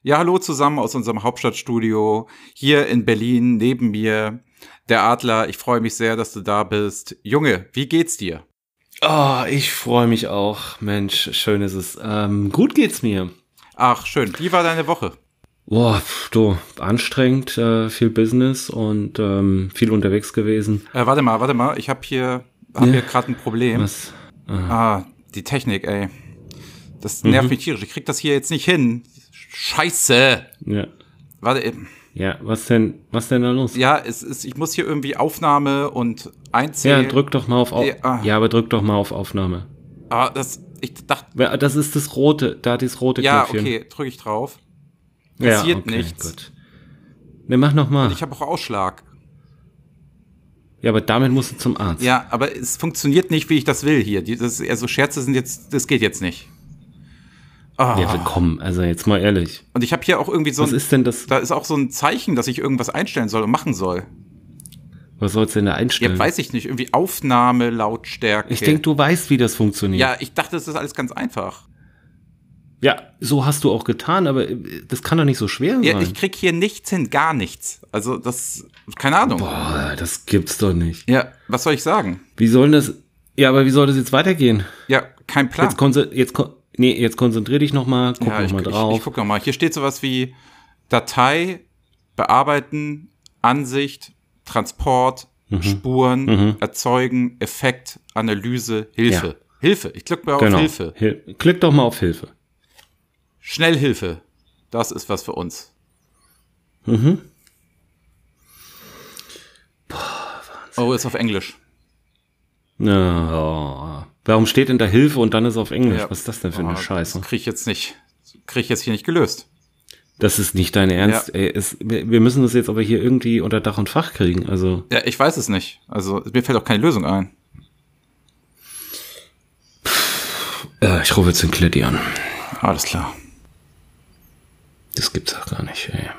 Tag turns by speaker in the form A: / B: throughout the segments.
A: Ja, hallo zusammen aus unserem Hauptstadtstudio hier in Berlin neben mir. Der Adler, ich freue mich sehr, dass du da bist. Junge, wie geht's dir?
B: Oh, ich freue mich auch. Mensch, schön ist es. Ähm, gut geht's mir.
A: Ach, schön. Wie war deine Woche?
B: Boah, pf, du, anstrengend, äh, viel Business und ähm, viel unterwegs gewesen.
A: Äh, warte mal, warte mal. Ich habe hier, hab
B: Ja.
A: hier gerade ein Problem.
B: Was? Ah,
A: Ah, die Technik, ey. Das
B: Mhm.
A: nervt mich tierisch. Ich krieg das hier jetzt nicht hin. Scheiße.
B: ja.
A: Warte, eben.
B: ja, was denn, was denn da los?
A: ja, es ist, ich muss hier irgendwie Aufnahme und
B: Ja,
A: einzeln.
B: drück doch mal auf Au
A: Ja, ah.
B: Ja, aber drück doch mal auf Aufnahme.
A: Ah, das, ich dachte,
B: Wer- Das ist das rote, da dieses rote
A: ja,
B: Knöpfchen.
A: okay, drücke ich drauf.
B: Ja,
A: Passiert
B: okay,
A: nichts.
B: Gut. Ne, mach noch mal.
A: Ich habe auch Ausschlag.
B: Ja, aber damit musst du zum Arzt.
A: Ja, aber es funktioniert nicht, wie ich das will hier. Die- Das, also Scherze sind jetzt, das geht jetzt nicht. Ah,
B: Ja, willkommen. Also jetzt mal ehrlich.
A: und ich habe hier auch irgendwie so
B: Was
A: ein,
B: ist denn das?
A: da ist auch so ein Zeichen, dass ich irgendwas einstellen soll und machen soll.
B: Was sollst du denn da
A: Ja,
B: einstellen?
A: weiß ich nicht, irgendwie Aufnahme, Lautstärke.
B: Äh. ich denk, du weißt, wie das funktioniert.
A: Ja, ich dachte, das ist alles ganz einfach.
B: Ja, so hast du auch getan, aber äh, das kann doch nicht so schwer sein.
A: Ja, ich krieg hier nichts hin, gar nichts. Also das, keine Ahnung.
B: Boah, das gibt's doch nicht.
A: Ja, was soll ich sagen?
B: Wie soll denn das? Ja, aber wie soll das jetzt weitergehen?
A: Ja, kein Plan.
B: Jetzt, konze- jetzt, kon- nee, jetzt konzentrier dich nochmal, guck
A: ja, ich,
B: nochmal
A: ich,
B: drauf.
A: ich guck noch mal. Hier steht sowas wie Datei, Bearbeiten, Ansicht, Transport,
B: Mhm.
A: Spuren, Erzeugen, Effekt, Analyse, Hilfe. Hilfe. Ich klicke mal auf
B: genau.
A: Hilfe.
B: Hil Klick doch mal auf Hilfe.
A: Schnellhilfe. Das ist was für uns.
B: Mhm.
A: oh, ist auf Englisch.
B: Ja. Warum steht denn da Hilfe und dann ist auf Englisch?
A: Ja.
B: Was ist das denn für eine
A: Ah,
B: Scheiße?
A: Das krieg ich jetzt nicht. Krieg ich jetzt hier nicht gelöst.
B: Das ist nicht dein Ernst.
A: Ja.
B: Ey, es, wir wir müssen das jetzt aber hier irgendwie unter Dach und Fach kriegen. Also,
A: Ja, ich weiß es nicht. Also mir fällt auch keine Lösung ein.
B: äh, ich rufe jetzt den Kletti an.
A: Alles klar.
B: Das gibt's auch gar nicht, ey.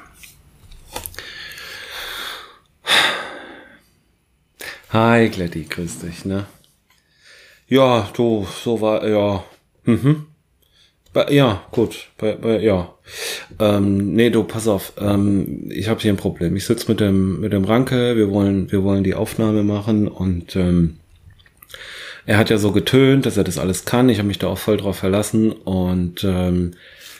B: Hi, Gladdy, grüß dich, ne? Ja, du, so war, ja. Mhm. Ba- Ja, gut, ba- ba- ja. Ähm, nee, du, pass auf, ähm, ich habe hier ein Problem. Ich sitze mit dem, mit dem Ranke, wir wollen, wir wollen die Aufnahme machen und, ähm, er hat ja so getönt, dass er das alles kann. Ich habe mich da auch voll drauf verlassen und ähm,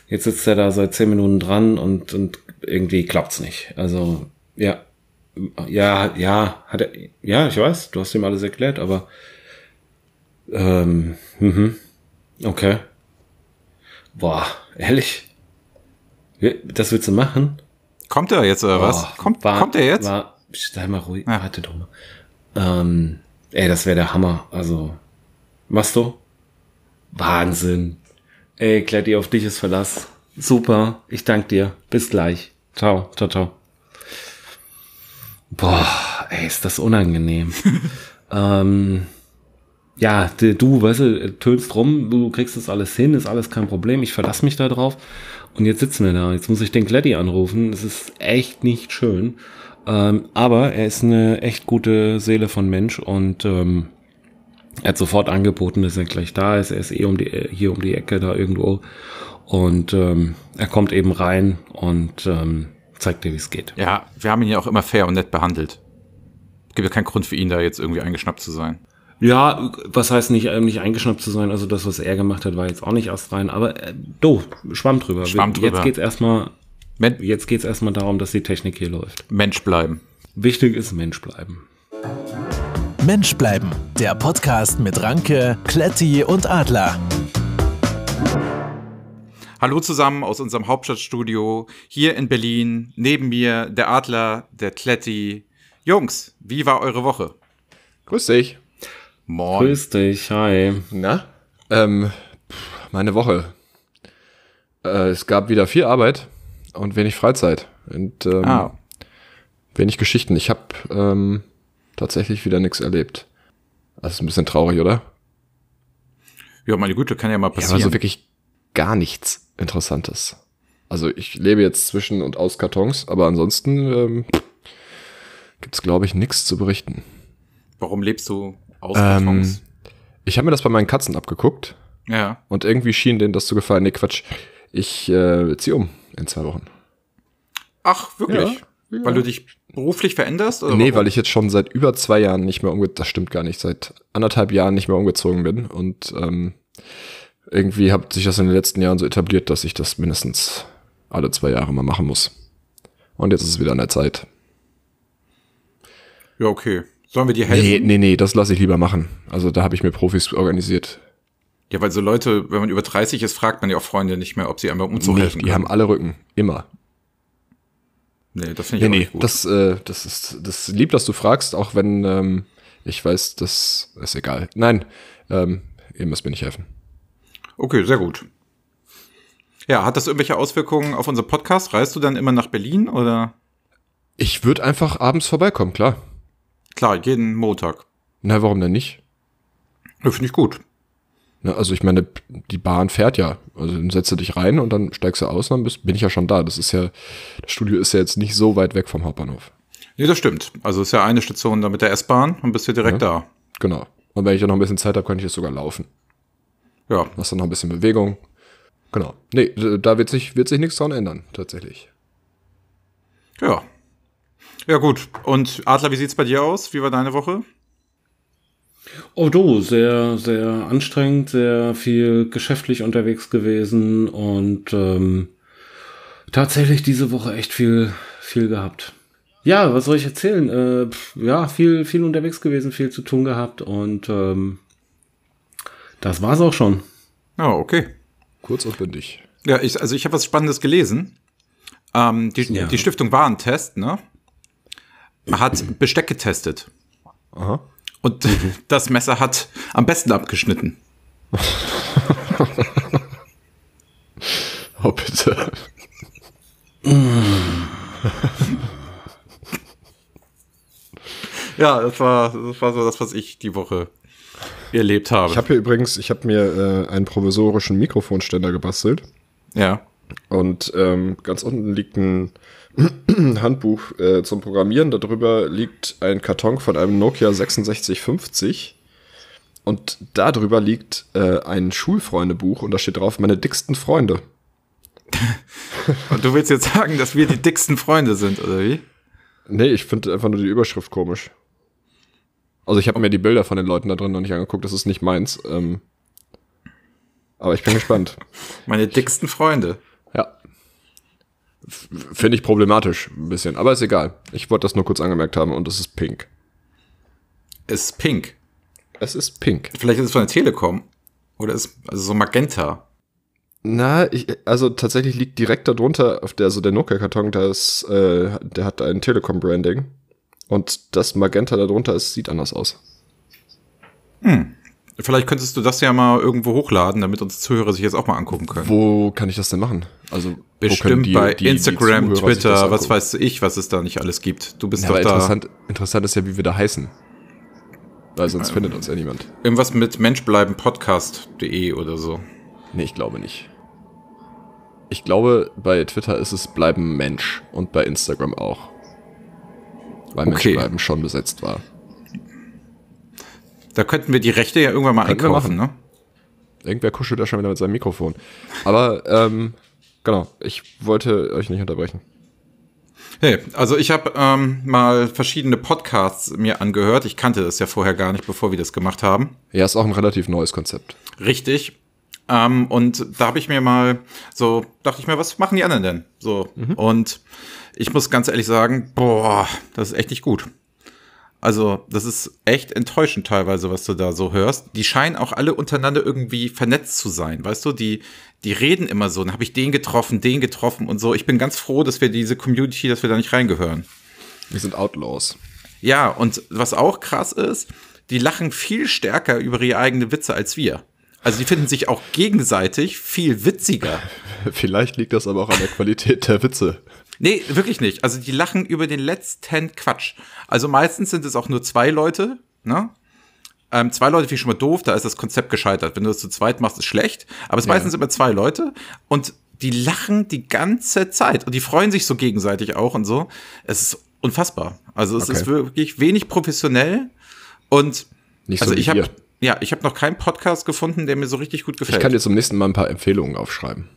B: jetzt sitzt er da seit zehn Minuten dran und, und irgendwie klappt's nicht. Also ja, ja, ja, hat er, ja, ich weiß, du hast ihm alles erklärt, aber ähm, mhm, okay. Boah, ehrlich? Wir- Das willst du machen?
A: Kommt er jetzt oder was?
C: Oh,
B: Boah,
A: Oh, Kommt,
B: war-
A: kommt er jetzt?
B: War, Psst, sei mal ruhig,
A: Ja.
B: warte doch mal. Ähm, ey, das wäre der Hammer. Also, machst du? Wahnsinn. Ey, Kletti, auf dich ist Verlass. Super, ich danke dir. Bis gleich. Ciao, ciao, ciao. Boah, ey, ist das unangenehm. ähm, ja, d- du, weißt du, äh, tönst rum, du kriegst das alles hin, ist alles kein Problem, ich verlasse mich da drauf. Und jetzt sitzen wir da, jetzt muss ich den Gladdy anrufen, das ist echt nicht schön. Ähm, aber er ist eine echt gute Seele von Mensch und ähm, er hat sofort angeboten, dass er gleich da ist. Er ist eh um die, hier um die Ecke da irgendwo. Und ähm, er kommt eben rein und ähm, zeigt dir, wie es geht.
A: Ja, wir haben ihn ja auch immer fair und nett behandelt. Gibt ja keinen Grund für ihn, da jetzt irgendwie eingeschnappt zu sein.
B: Ja, was heißt nicht, ähm, nicht eingeschnappt zu sein? Also das, was er gemacht hat, war jetzt auch nicht erst rein. Aber äh, do, schwamm drüber.
A: Schwamm drüber.
B: Jetzt geht's erstmal,
A: Men
B: jetzt geht's erstmal darum, dass die Technik hier läuft.
A: Mensch bleiben.
B: Wichtig ist Mensch bleiben.
D: Mensch bleiben, der Podcast mit Ranke, Kletti und Adler.
A: Hallo zusammen aus unserem Hauptstadtstudio hier in Berlin. Neben mir der Adler, der Kletti. Jungs, wie war eure Woche?
C: Grüß dich.
A: Moin.
B: Grüß dich, hi.
C: Na? Ähm, pff, meine Woche. Äh, es gab wieder viel Arbeit und wenig Freizeit und ähm,
A: Ah,
C: wenig Geschichten. Ich habe ähm, tatsächlich wieder nichts erlebt. Das ist ein bisschen traurig, oder?
A: ja, meine Güte, kann ja mal
C: Ja,
A: passieren.
C: aber so wirklich gar nichts Interessantes. Also ich lebe jetzt zwischen und aus Kartons, aber ansonsten ähm, gibt es, glaube ich, nichts zu berichten.
A: Warum lebst du aus
C: Ähm,
A: Kartons?
C: ich habe mir das bei meinen Katzen abgeguckt.
A: Ja.
C: Und irgendwie schien denen das zu gefallen. Nee, Quatsch. Ich äh, ziehe um in zwei Wochen.
A: Ach, wirklich? Weil du dich beruflich veränderst? Oder
C: nee,
A: Also, warum?
C: weil ich jetzt schon seit über zwei Jahren nicht mehr umgezogen Das stimmt gar nicht. Seit anderthalb Jahren nicht mehr umgezogen bin. Und ähm, irgendwie hat sich das in den letzten Jahren so etabliert, dass ich das mindestens alle zwei Jahre mal machen muss. Und jetzt ist es wieder an der Zeit.
A: Ja, okay. Sollen wir dir helfen?
C: Nee, nee, nee, das lasse ich lieber machen. Also da habe ich mir Profis organisiert.
A: Ja, weil so Leute, wenn man über 30 ist, fragt man ja auch Freunde nicht mehr, ob sie einem beim Umzug
C: nee,
A: helfen
C: die haben
A: können.
C: alle Rücken. Immer.
A: nee, das finde ich
C: Nee,
A: auch
C: nee,
A: nicht gut.
C: das, äh, das ist das ist lieb, dass du fragst, auch wenn ähm, ich weiß, das ist egal. Nein, ähm, ihr müsst mir nicht helfen.
A: okay, sehr gut. Ja, hat das irgendwelche Auswirkungen auf unseren Podcast? Reist du dann immer nach Berlin oder?
C: Ich würde einfach abends vorbeikommen, klar.
A: Klar, jeden Montag.
C: Na, warum denn nicht?
A: Ja, Finde ich gut.
C: Ne, also ich meine, die Bahn fährt ja. Also dann setzt du dich rein und dann steigst du aus und dann bist, bin ich ja schon da. Das ist ja, das Studio ist ja jetzt nicht so weit weg vom Hauptbahnhof.
A: Nee, das stimmt. Also ist ja eine Station da mit der S-Bahn und bist du direkt
C: Genau. Und wenn ich ja noch ein bisschen Zeit habe, könnte ich jetzt sogar laufen.
A: da. Ja,
C: Hast dann noch ein bisschen Bewegung. Genau. Nee, d- da wird sich, wird sich nichts dran ändern, tatsächlich.
A: ja. Ja, gut. Und Adler, wie sieht's bei dir aus? Wie war deine Woche?
B: Oh du, sehr, sehr anstrengend, sehr viel geschäftlich unterwegs gewesen und ähm, tatsächlich diese Woche echt viel, viel gehabt. Ja, was soll ich erzählen? Äh, pf, ja, viel, viel unterwegs gewesen, viel zu tun gehabt und ähm, das war's auch schon.
A: Ja, okay.
C: Kurz und bündig.
A: Ja, ich, also ich habe was Spannendes gelesen. Ähm, die,
B: Ja.
A: die Stiftung Warentest, ne? Hat Besteck getestet.
C: Aha.
A: Und das Messer hat am besten abgeschnitten.
C: Oh, bitte.
A: Ja, das war, das war so das, was ich die Woche erlebt habe.
C: Ich habe hier übrigens, ich habe mir äh, einen provisorischen Mikrofonständer gebastelt.
A: ja.
C: Und ähm, ganz unten liegt ein Handbuch äh, zum Programmieren. Darüber liegt ein Karton von einem Nokia 6650. Und darüber liegt äh, ein Schulfreundebuch und da steht drauf, meine dicksten Freunde.
A: Und du willst jetzt sagen, dass wir die dicksten Freunde sind, oder wie?
C: Nee, ich finde einfach nur die Überschrift komisch. Also ich habe mir die Bilder von den Leuten da drin noch nicht angeguckt, das ist nicht meins. Ähm, aber ich bin gespannt.
A: Meine dicksten Freunde.
C: Ja. F- Finde ich problematisch ein bisschen, aber ist egal. Ich wollte das nur kurz angemerkt haben und es ist pink.
A: Ist pink.
C: Es ist pink.
A: Vielleicht ist es von der Telekom. Oder ist also so Magenta.
C: Na, ich, also tatsächlich liegt direkt darunter, auf der, also der Nokia-Karton, der, ist, äh, der hat ein Telekom-Branding. Und das Magenta darunter ist, sieht anders aus.
A: Vielleicht könntest du das ja mal irgendwo hochladen, damit uns Zuhörer sich jetzt auch mal angucken können.
C: Wo kann ich das denn machen? Also wo können
A: Bestimmt
C: die-
A: bei
C: die- die
A: Instagram,
C: Zuhörer sich das
A: Twitter, was
C: angucken?
A: weiß ich, was es da nicht alles gibt. Du bist
C: Ja,
A: doch
C: aber
A: da.
C: interessant, interessant ist ja, wie wir da heißen. Weil sonst findet uns ja niemand.
A: Irgendwas mit menschbleibenpodcast.de oder so.
C: Nee, ich glaube nicht. Ich glaube, bei Twitter ist es bleiben Mensch und bei Instagram auch. Weil Mensch
A: Okay.
C: bleiben schon besetzt war.
A: Da könnten wir die Rechte ja irgendwann mal
C: Könnten wir
A: einkaufen, ne?
C: Irgendwer kuschelt da schon wieder mit seinem Mikrofon. Aber, ähm, genau, ich wollte euch nicht unterbrechen.
A: Hey, also ich habe ähm, mal verschiedene Podcasts mir angehört. Ich kannte das ja vorher gar nicht, bevor wir das gemacht haben.
C: Ja, ist auch ein relativ neues Konzept.
A: Richtig. Ähm, und da habe ich mir mal so, dachte ich mir, was machen die anderen denn? So. Und ich muss ganz ehrlich sagen, boah, das ist echt nicht gut. Also, das ist echt enttäuschend teilweise, was du da so hörst. Die scheinen auch alle untereinander irgendwie vernetzt zu sein, weißt du? Die, die reden immer so, dann habe ich den getroffen, den getroffen und so. Ich bin ganz froh, dass wir diese Community, dass wir da nicht reingehören.
C: Wir sind Outlaws.
A: Ja, und was auch krass ist, die lachen viel stärker über ihre eigenen Witze als wir. Also die finden sich auch gegenseitig viel witziger.
C: Vielleicht liegt das aber auch an der Qualität der Witze.
A: Nee, wirklich nicht. Also die lachen über den letzten Quatsch. Also meistens sind es auch nur zwei Leute, ne? Ähm, zwei Leute finde ich schon mal doof, da ist das Konzept gescheitert. Wenn du das zu zweit machst, ist schlecht. Aber es sind meistens immer zwei Leute und die lachen die ganze Zeit und die freuen sich so gegenseitig auch und so. Es ist unfassbar. Also es
C: Okay.
A: ist wirklich wenig professionell und
C: Nicht so
A: also
C: wie
A: ich habe
C: hier.
A: ja, ich habe noch keinen Podcast gefunden, der mir so richtig gut
C: Ich
A: gefällt.
C: kann dir zum nächsten Mal ein paar Empfehlungen aufschreiben.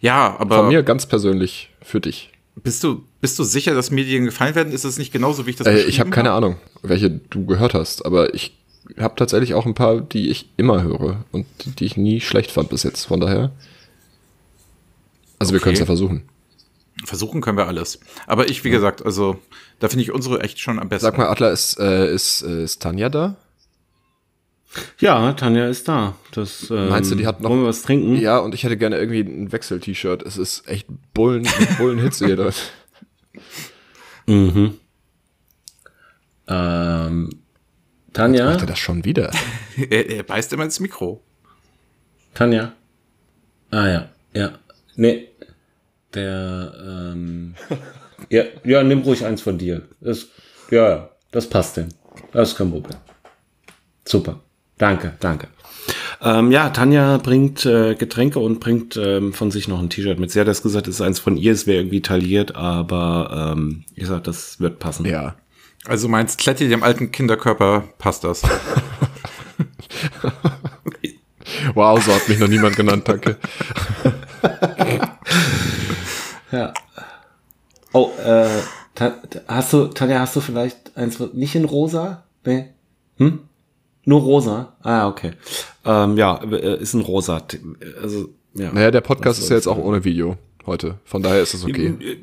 A: Ja, aber.
C: Von mir ganz persönlich für dich.
A: Bist du, bist du sicher, dass mir die gefallen werden? Ist das nicht genauso, wie ich das
C: Äh,
A: beschrieben
C: ich habe keine Ahnung, welche du gehört hast, aber ich habe tatsächlich auch ein paar, die ich immer höre und die, die ich nie schlecht fand bis jetzt. Von daher. Also wir
A: Okay.
C: können es ja versuchen.
A: Versuchen können wir alles. Aber ich, wie gesagt, also da finde ich unsere echt schon am besten.
C: Sag mal, Adler, ist, äh, ist, äh, ist Tanja da?
B: Ja, Tanja ist da. Das, ähm,
C: Meinst du, die hat noch-
B: Wollen wir was trinken?
C: Ja, und ich hätte gerne irgendwie ein Wechsel-T-Shirt. Es ist echt Bullen, Bullenhitze hier. drin.
B: Mhm. Ähm, Tanja,
C: Macht er das schon wieder?
A: er, er beißt immer ins Mikro.
B: Tanja. Ah ja, ja. Nee. Der, ähm, ja, ja, nimm ruhig eins von dir. Das, ja, ja, das passt denn. Das ist kein Problem. Super. Danke, danke. Ähm, ja, Tanja bringt äh, Getränke und bringt ähm, von sich noch ein T-Shirt mit. Sie hat das gesagt, es ist eins von ihr, es wäre irgendwie tailliert, aber ähm, ich sag, das wird passen.
C: Ja.
A: Also meinst Kletti, dem alten Kinderkörper, passt das.
C: Wow, so hat mich noch niemand genannt, danke.
B: Ja. Oh, äh, Ta- hast du, Tanja, hast du vielleicht eins mit- nicht in rosa? Nee. Hm? Nur rosa? Ah, okay. Ähm, ja, äh, ist ein rosa. T- Also, ja.
C: Naja, der Podcast ist ja jetzt auch ohne Video heute. Von daher ist es okay.
B: Äh,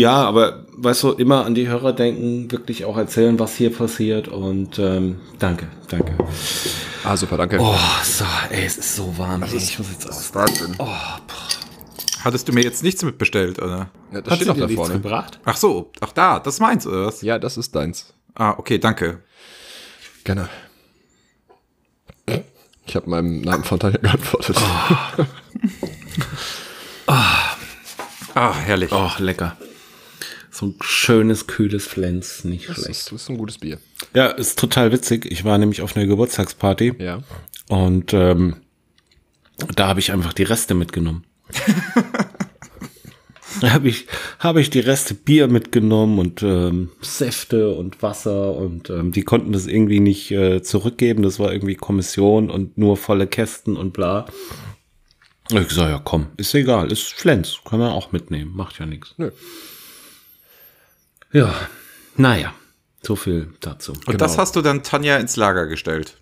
B: ja, aber weißt du, immer an die Hörer denken, wirklich auch erzählen, was hier passiert und ähm, danke, danke.
C: Ah, super, danke.
B: Oh, so, ey, es ist so warm. ey, ich muss jetzt aus.
C: Wahnsinn.
A: Hattest du mir jetzt nichts mitbestellt, oder?
C: Ja, das steht auch da vorne.
B: gebracht?
A: Ach so, ach da, das meins, oder was?
C: Ja, das ist deins.
A: Ah, okay, danke.
C: Gerne. Ich habe meinem Namen von Tanja geantwortet.
A: Ah, herrlich.
B: Oh, lecker. So ein schönes, kühles Flens, nicht
C: das,
B: schlecht.
C: ist, das ist ein gutes Bier.
B: Ja, ist total witzig. Ich war nämlich auf einer Geburtstagsparty
C: Ja.
B: und ähm, da habe ich einfach die Reste mitgenommen. Da habe ich, habe ich die Reste Bier mitgenommen und ähm, Säfte und Wasser und ähm, die konnten das irgendwie nicht äh, zurückgeben. Das war irgendwie Kommission und nur volle Kästen und bla. Ich gesagt, ja komm, ist egal, ist Flens, kann man auch mitnehmen, macht ja nichts.
C: Nö.
B: Ja, naja, so viel dazu.
A: Und das hast du dann Tanja ins Lager gestellt.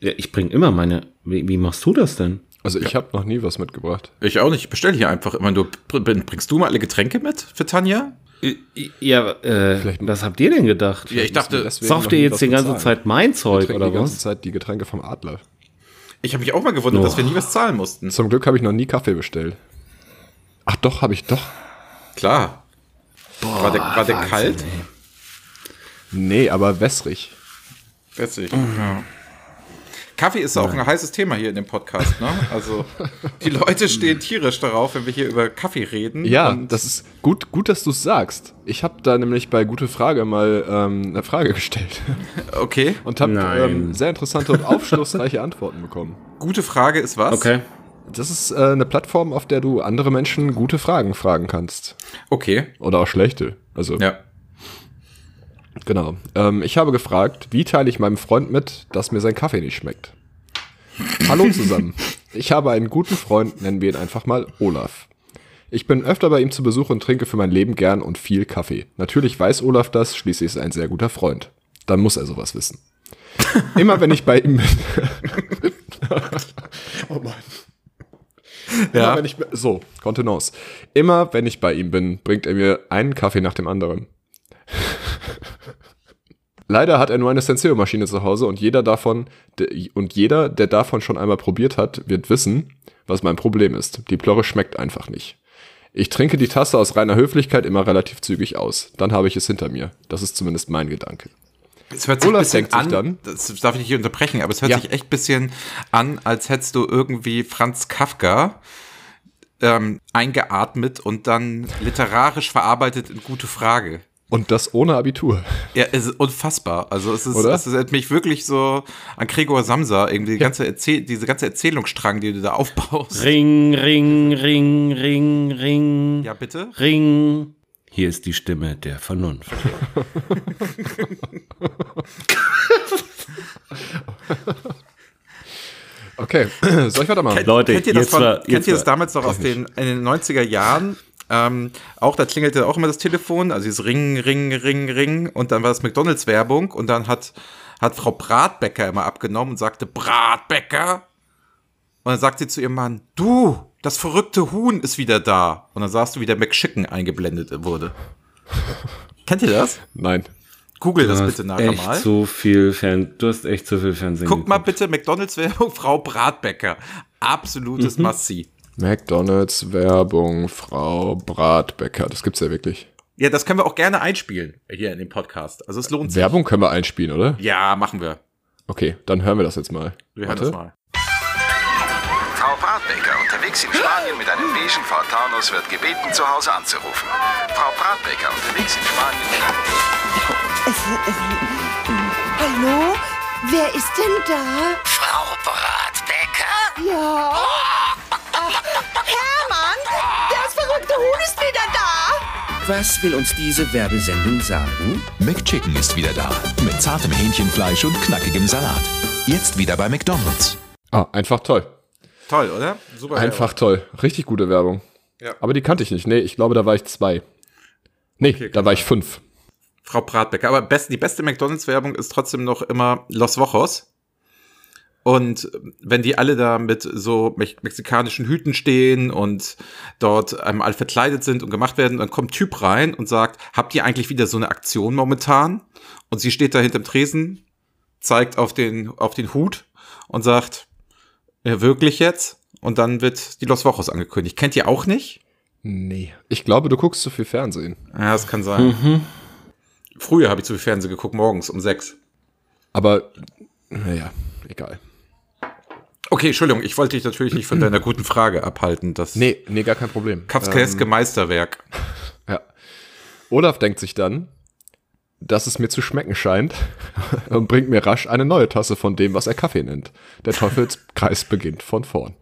B: Ja, ich bringe immer meine. Wie, wie machst du das denn?
C: Also ich habe noch nie was mitgebracht.
A: Ich auch nicht, ich bestelle hier einfach immer nur. Bringst du mal alle Getränke mit für Tanja?
B: Ja, äh, was habt ihr denn gedacht?
A: Ja, ich dachte,
C: Deswegen
B: Sauft
C: noch
B: ihr
C: nie
B: jetzt
C: was
B: die ganze
C: bezahlen.
B: Zeit mein Zeug
C: trinke
B: oder
C: die ganze
B: was?
C: Zeit die Getränke vom Adler.
A: ich habe mich auch mal gewundert, dass wir nie was zahlen mussten.
C: Zum Glück habe ich noch nie Kaffee bestellt. Ach doch, habe ich doch.
A: Klar. war der, war der kalt?
C: Nee, aber wässrig.
A: Witzig. Ja. Kaffee ist auch ein heißes Thema hier in dem Podcast, ne? Also die Leute stehen tierisch darauf, wenn wir hier über Kaffee reden.
C: Ja,
A: Und
C: das ist gut, gut, dass du es sagst. Ich habe da nämlich bei Gute Frage mal ähm, eine Frage gestellt
A: okay.
C: und habe
B: Nein.
C: ähm, sehr interessante und aufschlussreiche Antworten bekommen.
A: Gute Frage ist was?
B: Okay.
C: Das ist äh, eine Plattform, auf der du andere Menschen gute Fragen fragen kannst.
A: Okay.
C: Oder auch schlechte. Also,
A: Ja.
C: genau. Ähm, ich habe gefragt, wie teile ich meinem Freund mit, dass mir sein Kaffee nicht schmeckt? Hallo zusammen. Ich habe einen guten Freund, nennen wir ihn einfach mal Olaf. Ich bin öfter bei ihm zu Besuch und trinke für mein Leben gern und viel Kaffee. Natürlich weiß Olaf das, schließlich ist er ein sehr guter Freund. Dann muss er sowas wissen. Immer wenn ich bei ihm bin. oh Mann. Immer wenn ich, so, Kontenance. Immer wenn ich bei ihm bin, bringt er mir einen Kaffee nach dem anderen. Leider hat er nur eine Senseo-Maschine zu Hause und jeder davon, de- und jeder, der davon schon einmal probiert hat, wird wissen, was mein Problem ist. Die Plörre schmeckt einfach nicht. Ich trinke die Tasse aus reiner Höflichkeit immer relativ zügig aus. Dann habe ich es hinter mir. Das ist zumindest mein Gedanke.
A: Es hört sich
C: Olaf
A: ein bisschen
C: denkt sich
A: an,
C: dann-
A: das darf ich nicht unterbrechen, aber es hört
C: Ja.
A: sich echt ein bisschen an, als hättest du irgendwie Franz Kafka ähm, eingeatmet und dann literarisch verarbeitet in gute Frage.
C: Und das ohne Abitur.
A: Ja, es ist unfassbar. Also es ist,
C: Oder?
A: es ist, hat mich wirklich so an Gregor Samsa, irgendwie die ganze Erzähl diese ganze Erzählungsstrang, die du da aufbaust.
B: Ring, ring, ring, ring, ring.
A: Ja, bitte?
B: Ring. Hier ist die Stimme der Vernunft.
C: Okay, soll ich weitermachen?
A: Kennt,
E: Leute,
A: kennt ihr das,
E: jetzt
A: von,
E: war-
A: kennt
E: jetzt
A: ihr das
E: war-
A: damals noch aus
C: nicht.
A: den, in den 90er Jahren? Ähm, auch da klingelte auch immer das Telefon, also dieses Ring, Ring, Ring, Ring und dann war das McDonalds-Werbung und dann hat, hat Frau Bratbecker immer abgenommen und sagte, Bratbecker? Und dann sagt sie zu ihrem Mann, du, das verrückte Huhn ist wieder da. Und dann sahst du, wie der McChicken eingeblendet wurde. Kennt ihr das?
C: Nein.
A: Google das
B: Du hast
A: bitte nachher
B: echt
A: mal.
B: So viel Fern du hast echt zu viel Fernsehen.
A: Guck mal
B: geguckt.
A: bitte McDonalds-Werbung, Frau Bratbecker. Absolutes
E: Mhm.
A: Massi.
C: McDonalds Werbung, Frau Bratbecker. Das gibt's ja wirklich.
A: Ja, das können wir auch gerne einspielen hier in dem Podcast. Also es lohnt sich.
C: Werbung können wir einspielen, oder?
A: Ja, machen wir.
C: Okay, dann hören wir das jetzt mal.
A: Wir hören das mal.
F: Frau Bratbecker, unterwegs in Spanien mit einem beigen Ford Taunus, wird gebeten, zu Hause anzurufen. Frau Bratbecker, unterwegs in Spanien mit einem...
G: Es, es, hallo? Wer ist denn da?
H: Frau Bratbecker?
G: Ja. Ach, Hermann, das verrückte Huhn ist wieder da.
E: Was will uns diese Werbesendung sagen?
D: McChicken ist wieder da. Mit zartem Hähnchenfleisch und knackigem Salat. Jetzt wieder bei McDonald's.
C: Ah, einfach toll.
A: Toll, oder? Super.
C: Einfach toll. Richtig gute Werbung. Ja. Aber die kannte ich nicht. Nee, ich glaube, da war ich zwei. Nee, da war ich fünf.
A: Frau Bratbecker. Aber best, die beste McDonalds-Werbung ist trotzdem noch immer Los Vojos. Und wenn die alle da mit so me mexikanischen Hüten stehen und dort einmal alle verkleidet sind und gemacht werden, dann kommt ein Typ rein und sagt, habt ihr eigentlich wieder so eine Aktion momentan? Und sie steht da hinterm Tresen, zeigt auf den, auf den Hut und sagt, ja, wirklich jetzt? Und dann wird die Los Vojos angekündigt. Kennt ihr auch nicht?
C: Nee. Ich glaube, du guckst zu viel Fernsehen.
A: Ja, das kann sein. Früher habe ich zu viel Fernsehen geguckt, morgens um sechs.
C: Aber, naja, egal.
A: Okay, Entschuldigung, ich wollte dich natürlich nicht von deiner guten Frage abhalten. Das
C: Nee, nee, gar kein Problem. Äh,
A: Kafkaeske Meisterwerk.
C: Ja. Olaf denkt sich dann, dass es mir zu schmecken scheint und bringt mir rasch eine neue Tasse von dem, was er Kaffee nennt. Der Teufelskreis beginnt von vorn.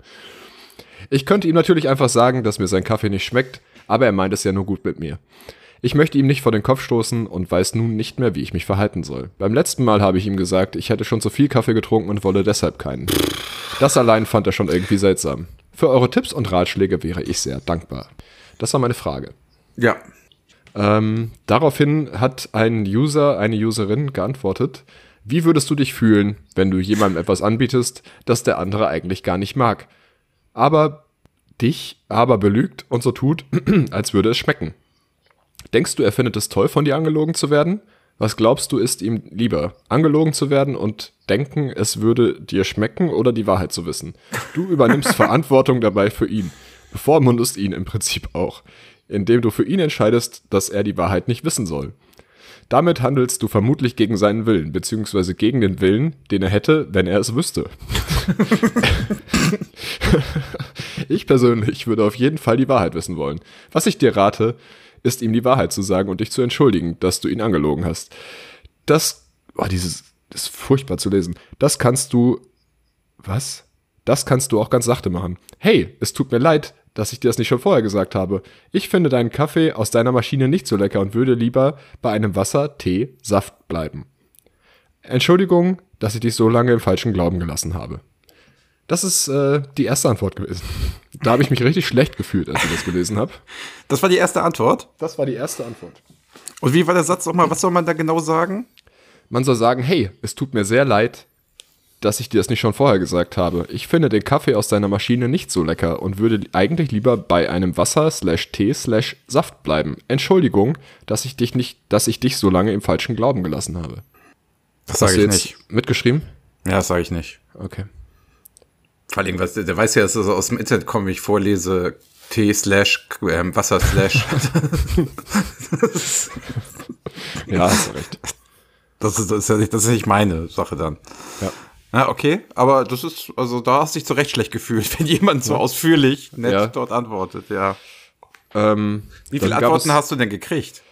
C: Ich könnte ihm natürlich einfach sagen, dass mir sein Kaffee nicht schmeckt, aber er meint es ja nur gut mit mir. Ich möchte ihm nicht vor den Kopf stoßen und weiß nun nicht mehr, wie ich mich verhalten soll. Beim letzten Mal habe ich ihm gesagt, ich hätte schon zu viel Kaffee getrunken und wolle deshalb keinen. Das allein fand er schon irgendwie seltsam. Für eure Tipps und Ratschläge wäre ich sehr dankbar. Das war meine Frage.
A: Ja.
C: Ähm, daraufhin hat ein User, eine Userin geantwortet, wie würdest du dich fühlen, wenn du jemandem etwas anbietest, das der andere eigentlich gar nicht mag, aber dich aber belügt und so tut, als würde es schmecken? Denkst du, er findet es toll, von dir angelogen zu werden? Was glaubst du, ist ihm lieber, angelogen zu werden und denken, es würde dir schmecken oder die Wahrheit zu wissen? Du übernimmst Verantwortung dabei für ihn. Bevormundest ihn im Prinzip auch, indem du für ihn entscheidest, dass er die Wahrheit nicht wissen soll. Damit handelst du vermutlich gegen seinen Willen, beziehungsweise gegen den Willen, den er hätte, wenn er es wüsste. Ich persönlich würde auf jeden Fall die Wahrheit wissen wollen. Was ich dir rate, ist ihm die Wahrheit zu sagen und dich zu entschuldigen, dass du ihn angelogen hast. Das, oh, dieses, das ist furchtbar zu lesen. Das kannst du, was? Das kannst du auch ganz sachte machen. Hey, es tut mir leid, dass ich dir das nicht schon vorher gesagt habe. Ich finde deinen Kaffee aus deiner Maschine nicht so lecker und würde lieber bei einem Wasser, Tee, Saft bleiben. Entschuldigung, dass ich dich so lange im falschen Glauben gelassen habe. Das ist äh, die erste Antwort gewesen. Da habe ich mich richtig schlecht gefühlt, als ich das gelesen habe.
A: Das war die erste Antwort.
C: Das war die erste Antwort.
A: Und wie war der Satz nochmal? Was soll man da genau sagen?
C: Man soll sagen, hey, es tut mir sehr leid, dass ich dir das nicht schon vorher gesagt habe. Ich finde den Kaffee aus deiner Maschine nicht so lecker und würde eigentlich lieber bei einem Wasser slash Tee slash Saft bleiben. Entschuldigung, dass ich dich nicht, dass ich dich so lange im falschen Glauben gelassen habe.
A: Das
C: Hast du jetzt mitgeschrieben?
A: Ja, das sage ich nicht.
C: Okay.
A: Vor allem, was, der weiß ja, dass das aus dem Internet kommt, wenn ich vorlese T slash ähm, Wasser slash.
C: Ja, hast du recht.
A: das, ist, das, ist ja nicht, das ist nicht meine Sache dann.
C: Ja.
A: Ja, okay, aber das ist, also da hast du dich zu Recht schlecht gefühlt, wenn jemand so ausführlich nett
C: Ja.
A: dort antwortet, ja.
C: Ähm,
A: Wie viele
C: dann gab
A: Antworten
C: es-
A: hast du denn gekriegt?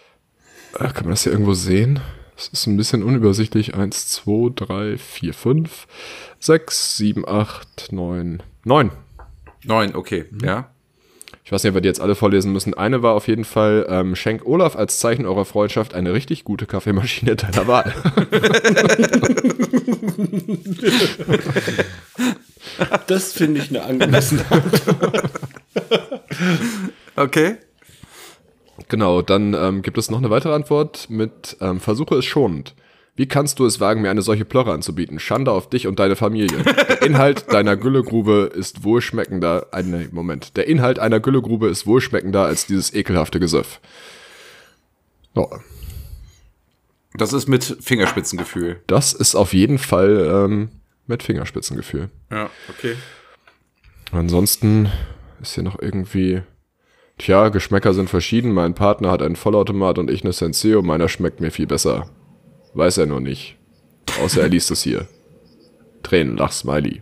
C: Äh, Kann man das hier irgendwo sehen? Es ist ein bisschen unübersichtlich. 1, 2, 3, 4, 5, 6, 7, 8, 9. 9.
A: Neun, okay, ja.
C: Ich weiß nicht, ob wir die jetzt alle vorlesen müssen. Eine war auf jeden Fall, ähm, schenk Olaf als Zeichen eurer Freundschaft eine richtig gute Kaffeemaschine deiner Wahl.
B: Das finde ich eine angemessene
A: Okay.
C: Genau, dann ähm, gibt es noch eine weitere Antwort mit ähm, Versuche es schonend. Wie kannst du es wagen, mir eine solche Plörre anzubieten? Schande auf dich und deine Familie. Der Inhalt deiner Güllegrube ist wohlschmeckender. Ein- Nee, Moment. Der Inhalt einer Güllegrube ist wohlschmeckender als dieses ekelhafte Gesöff. Ja,
A: Das ist mit Fingerspitzengefühl.
C: das ist auf jeden Fall ähm, mit Fingerspitzengefühl.
A: Ja, okay.
C: Ansonsten ist hier noch irgendwie. Tja, Geschmäcker sind verschieden. Mein Partner hat einen Vollautomat und ich eine Senseo. Meiner schmeckt mir viel besser. Weiß er nur nicht. Außer er liest es hier. Tränen, lach, Smiley.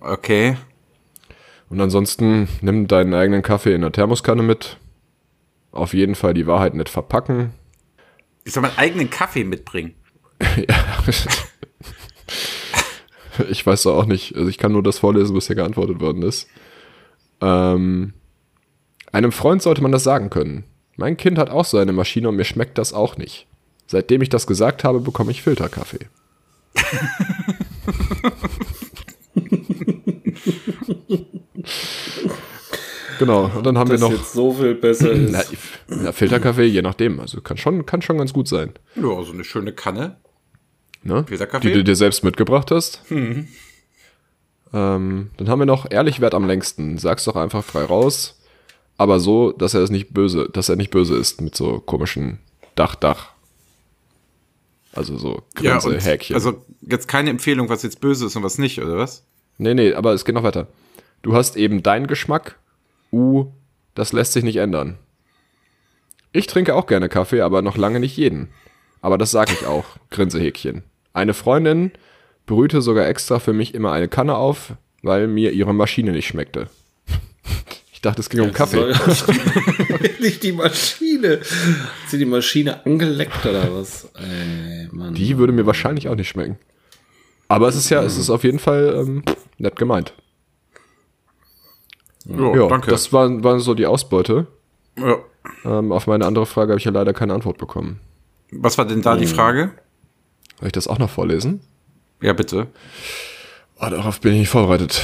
A: Okay.
C: Und ansonsten nimm deinen eigenen Kaffee in der Thermoskanne mit. Auf jeden Fall die Wahrheit nicht verpacken.
A: Ich soll meinen eigenen Kaffee mitbringen.
C: ich weiß doch auch nicht. Also ich kann nur das vorlesen, was hier geantwortet worden ist. Ähm, einem Freund sollte man das sagen können. Mein Kind hat auch so eine Maschine und mir schmeckt das auch nicht. Seitdem ich das gesagt habe, bekomme ich Filterkaffee. genau, und dann haben
B: Das
C: wir
B: ist
C: noch.
B: jetzt so viel besser
C: Na,
B: ist.
C: na, Filterkaffee, je nachdem. Also kann schon, kann schon ganz gut sein.
A: Ja, so also eine schöne Kanne.
C: Ne?
A: Filterkaffee?
C: Die du dir selbst mitgebracht hast.
A: Hm.
C: Ähm, dann haben wir noch ehrlich wert am längsten. Sag's doch einfach frei raus. Aber so, dass er es nicht böse, dass er nicht böse ist mit so komischen Dach-Dach. Also so Grenze,
A: und-
C: Häkchen.
A: Also jetzt keine Empfehlung, was jetzt böse ist und was nicht, oder was?
C: nee, nee, aber es geht noch weiter. Du hast eben deinen Geschmack. Uh, das lässt sich nicht ändern. Ich trinke auch gerne Kaffee, aber noch lange nicht jeden. Aber das sage ich auch, Grinsehäkchen. Eine Freundin brühte sogar extra für mich immer eine Kanne auf, weil mir ihre Maschine nicht schmeckte. Ich dachte, es ging um Kaffee.
B: Nicht die Maschine. Hat sie die Maschine angeleckt oder was? Ey, Mann.
C: Die würde mir wahrscheinlich auch nicht schmecken. Aber es ist ja, es ist auf jeden Fall ähm, nett gemeint.
A: Ja,
C: Ja,
A: Oh, danke.
C: das waren, waren so die Ausbeute.
A: ja.
C: Ähm, auf meine andere Frage habe ich ja leider keine Antwort bekommen.
A: Was war denn da die Frage?
C: Soll ich das auch noch vorlesen?
A: Ja, bitte.
C: Oh, darauf bin ich nicht vorbereitet.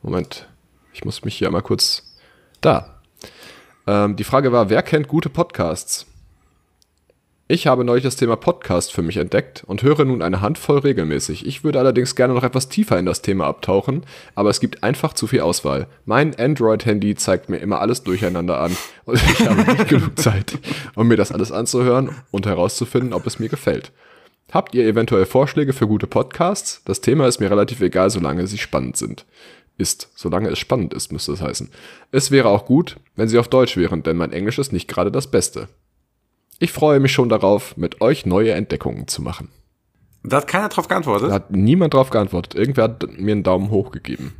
C: Moment. Ich muss mich hier einmal kurz. Da. Ähm, die Frage war: Wer kennt gute Podcasts? Ich habe neulich das Thema Podcast für mich entdeckt und höre nun eine Handvoll regelmäßig. Ich würde allerdings gerne noch etwas tiefer in das Thema abtauchen, aber es gibt einfach zu viel Auswahl. Mein Android-Handy zeigt mir immer alles durcheinander an und ich habe nicht genug Zeit, um mir das alles anzuhören und herauszufinden, ob es mir gefällt. Habt ihr eventuell Vorschläge für gute Podcasts? Das Thema ist mir relativ egal, solange sie spannend sind. Ist, solange es spannend ist, müsste es heißen. Es wäre auch gut, wenn sie auf Deutsch wären, denn mein Englisch ist nicht gerade das Beste. Ich freue mich schon darauf, mit euch neue Entdeckungen zu machen.
A: Da hat keiner drauf geantwortet.
C: Da hat niemand drauf geantwortet. Irgendwer hat mir einen Daumen hoch gegeben.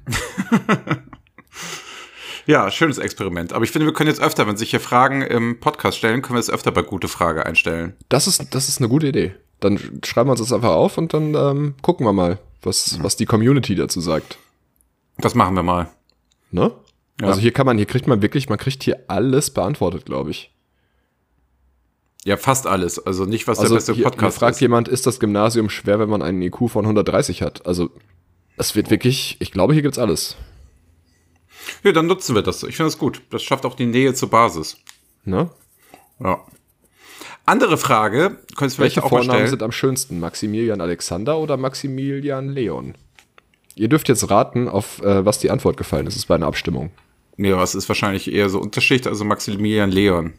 A: Ja, schönes Experiment. Aber ich finde, wir können jetzt öfter, wenn sich hier Fragen im Podcast stellen, können wir es öfter bei gute Frage einstellen.
C: Das ist, das ist eine gute Idee. Dann sch- schreiben wir uns das einfach auf und dann ähm, gucken wir mal, was, was die Community dazu sagt.
A: Das machen wir mal.
C: Ne?
A: Ja.
C: Also hier kann man, hier kriegt man wirklich, man kriegt hier alles beantwortet, glaube ich.
A: Ja, fast alles. Also nicht, was
C: Also
A: der beste
C: hier, hier
A: Podcast
C: fragt
A: ist.
C: jemand, ist das Gymnasium schwer, wenn man einen IQ von 130 hat? Also es wird wirklich, ich glaube, hier gibt's alles.
A: Ja, dann nutzen wir das. Ich finde das gut. Das schafft auch die Nähe zur Basis.
C: Ne?
A: Ja. Andere Frage, könntest du vielleicht
C: Welche
A: auch mal
C: Vornamen
A: stellen.
C: sind am schönsten? Maximilian Alexander oder Maximilian Leon? Ihr dürft jetzt raten, auf äh, was die Antwort gefallen ist. Es war eine Abstimmung.
A: Nee, was ist wahrscheinlich eher so Unterschicht, also Maximilian Leon.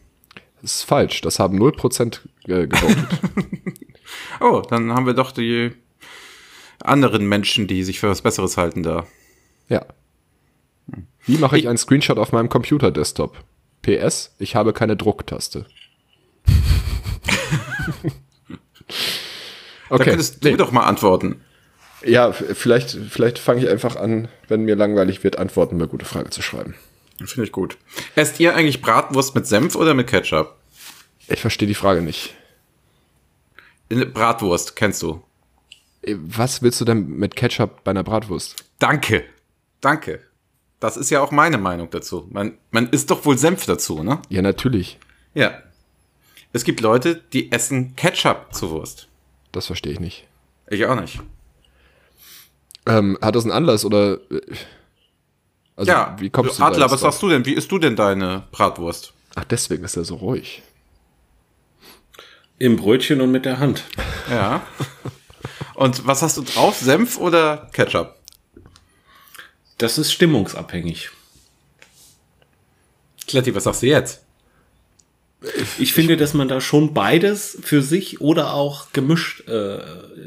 C: Das ist falsch. Das haben äh, 0% ge- gewotet.
A: Oh, dann haben wir doch die anderen Menschen, die sich für was Besseres halten da.
C: ja. Wie mache ich einen Screenshot auf meinem Computer-Desktop? PS, ich habe keine Drucktaste.
A: Da könntest du
C: nee.
A: doch mal antworten.
C: Ja, f- vielleicht, vielleicht fange ich einfach an, wenn mir langweilig wird, Antworten über gute Frage zu schreiben.
A: Finde ich gut. Esst ihr eigentlich Bratwurst mit Senf oder mit Ketchup?
C: Ich verstehe die Frage nicht.
A: In- Äh, Bratwurst, kennst du.
C: Äh, Was willst du denn mit Ketchup bei einer Bratwurst?
A: Danke. Danke. Das ist ja auch meine Meinung dazu. Man, man isst doch wohl Senf dazu, ne?
C: Ja, natürlich.
A: Ja. Es gibt Leute, die essen Ketchup zu Wurst.
C: Das verstehe ich nicht.
A: Ich auch nicht.
C: Ähm, hat das einen Anlass oder. äh, Also,
A: ja,
C: wie kommst du da
A: Adler,
C: jetzt
A: was
C: drauf?
A: sagst du denn? Wie isst du denn deine Bratwurst?
C: Ach, deswegen ist er so ruhig.
B: Im Brötchen und mit der Hand.
A: Ja. Und was hast du drauf? Senf oder Ketchup?
B: Das ist stimmungsabhängig.
A: Kletti, was sagst du jetzt?
B: Ich finde, dass man da schon beides für sich oder auch gemischt äh,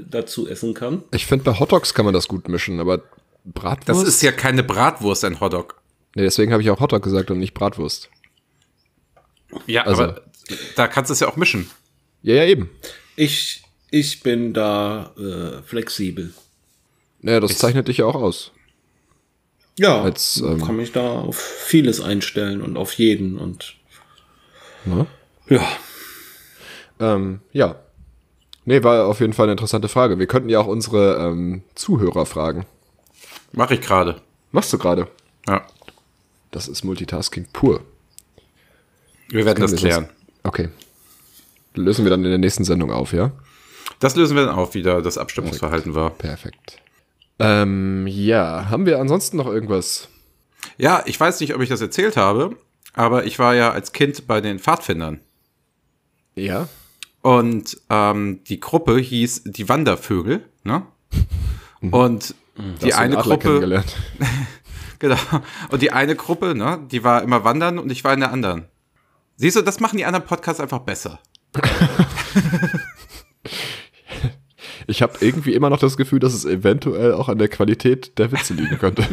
B: dazu essen kann.
C: Ich finde, bei Hotdogs kann man das gut mischen, aber Bratwurst.
A: Das ist ja keine Bratwurst, ein Hotdog.
C: nee, deswegen habe ich auch Hotdog gesagt und nicht Bratwurst.
A: Ja,
C: Also-
A: aber da kannst du es ja auch mischen.
C: Ja, ja, eben.
B: Ich, ich bin da äh, flexibel.
C: Naja, das zeichnet dich ja auch aus.
B: Ja,
C: Als, ähm,
B: kann mich da auf vieles einstellen und auf jeden und
C: Ne?
B: ja.
C: Ähm, ja. Nee, war auf jeden Fall eine interessante Frage. Wir könnten ja auch unsere ähm, Zuhörer fragen.
A: Mache ich gerade.
C: Machst du gerade?
A: Ja.
C: Das ist Multitasking pur.
A: Wir werden das,
C: Können wir
A: klären.
C: Okay. Lösen wir dann in der nächsten Sendung auf, ja?
A: Das lösen wir dann auch wieder, das Abstimmungsverhalten war.
C: Perfekt. Ähm, ja. Haben wir ansonsten noch irgendwas?
A: Ja, ich weiß nicht, ob ich das erzählt habe, aber ich war ja als Kind bei den Pfadfindern.
C: Ja.
A: Und ähm, die Gruppe hieß die Wandervögel, ne?
C: Mhm.
A: Und die eine Gruppe,
C: kennengelernt.
A: Genau. Und die eine Gruppe, ne, die war immer wandern und ich war in der anderen. Siehst du, das machen die anderen Podcasts einfach besser.
C: Ich habe irgendwie immer noch das Gefühl, dass es eventuell auch an der Qualität der Witze liegen könnte.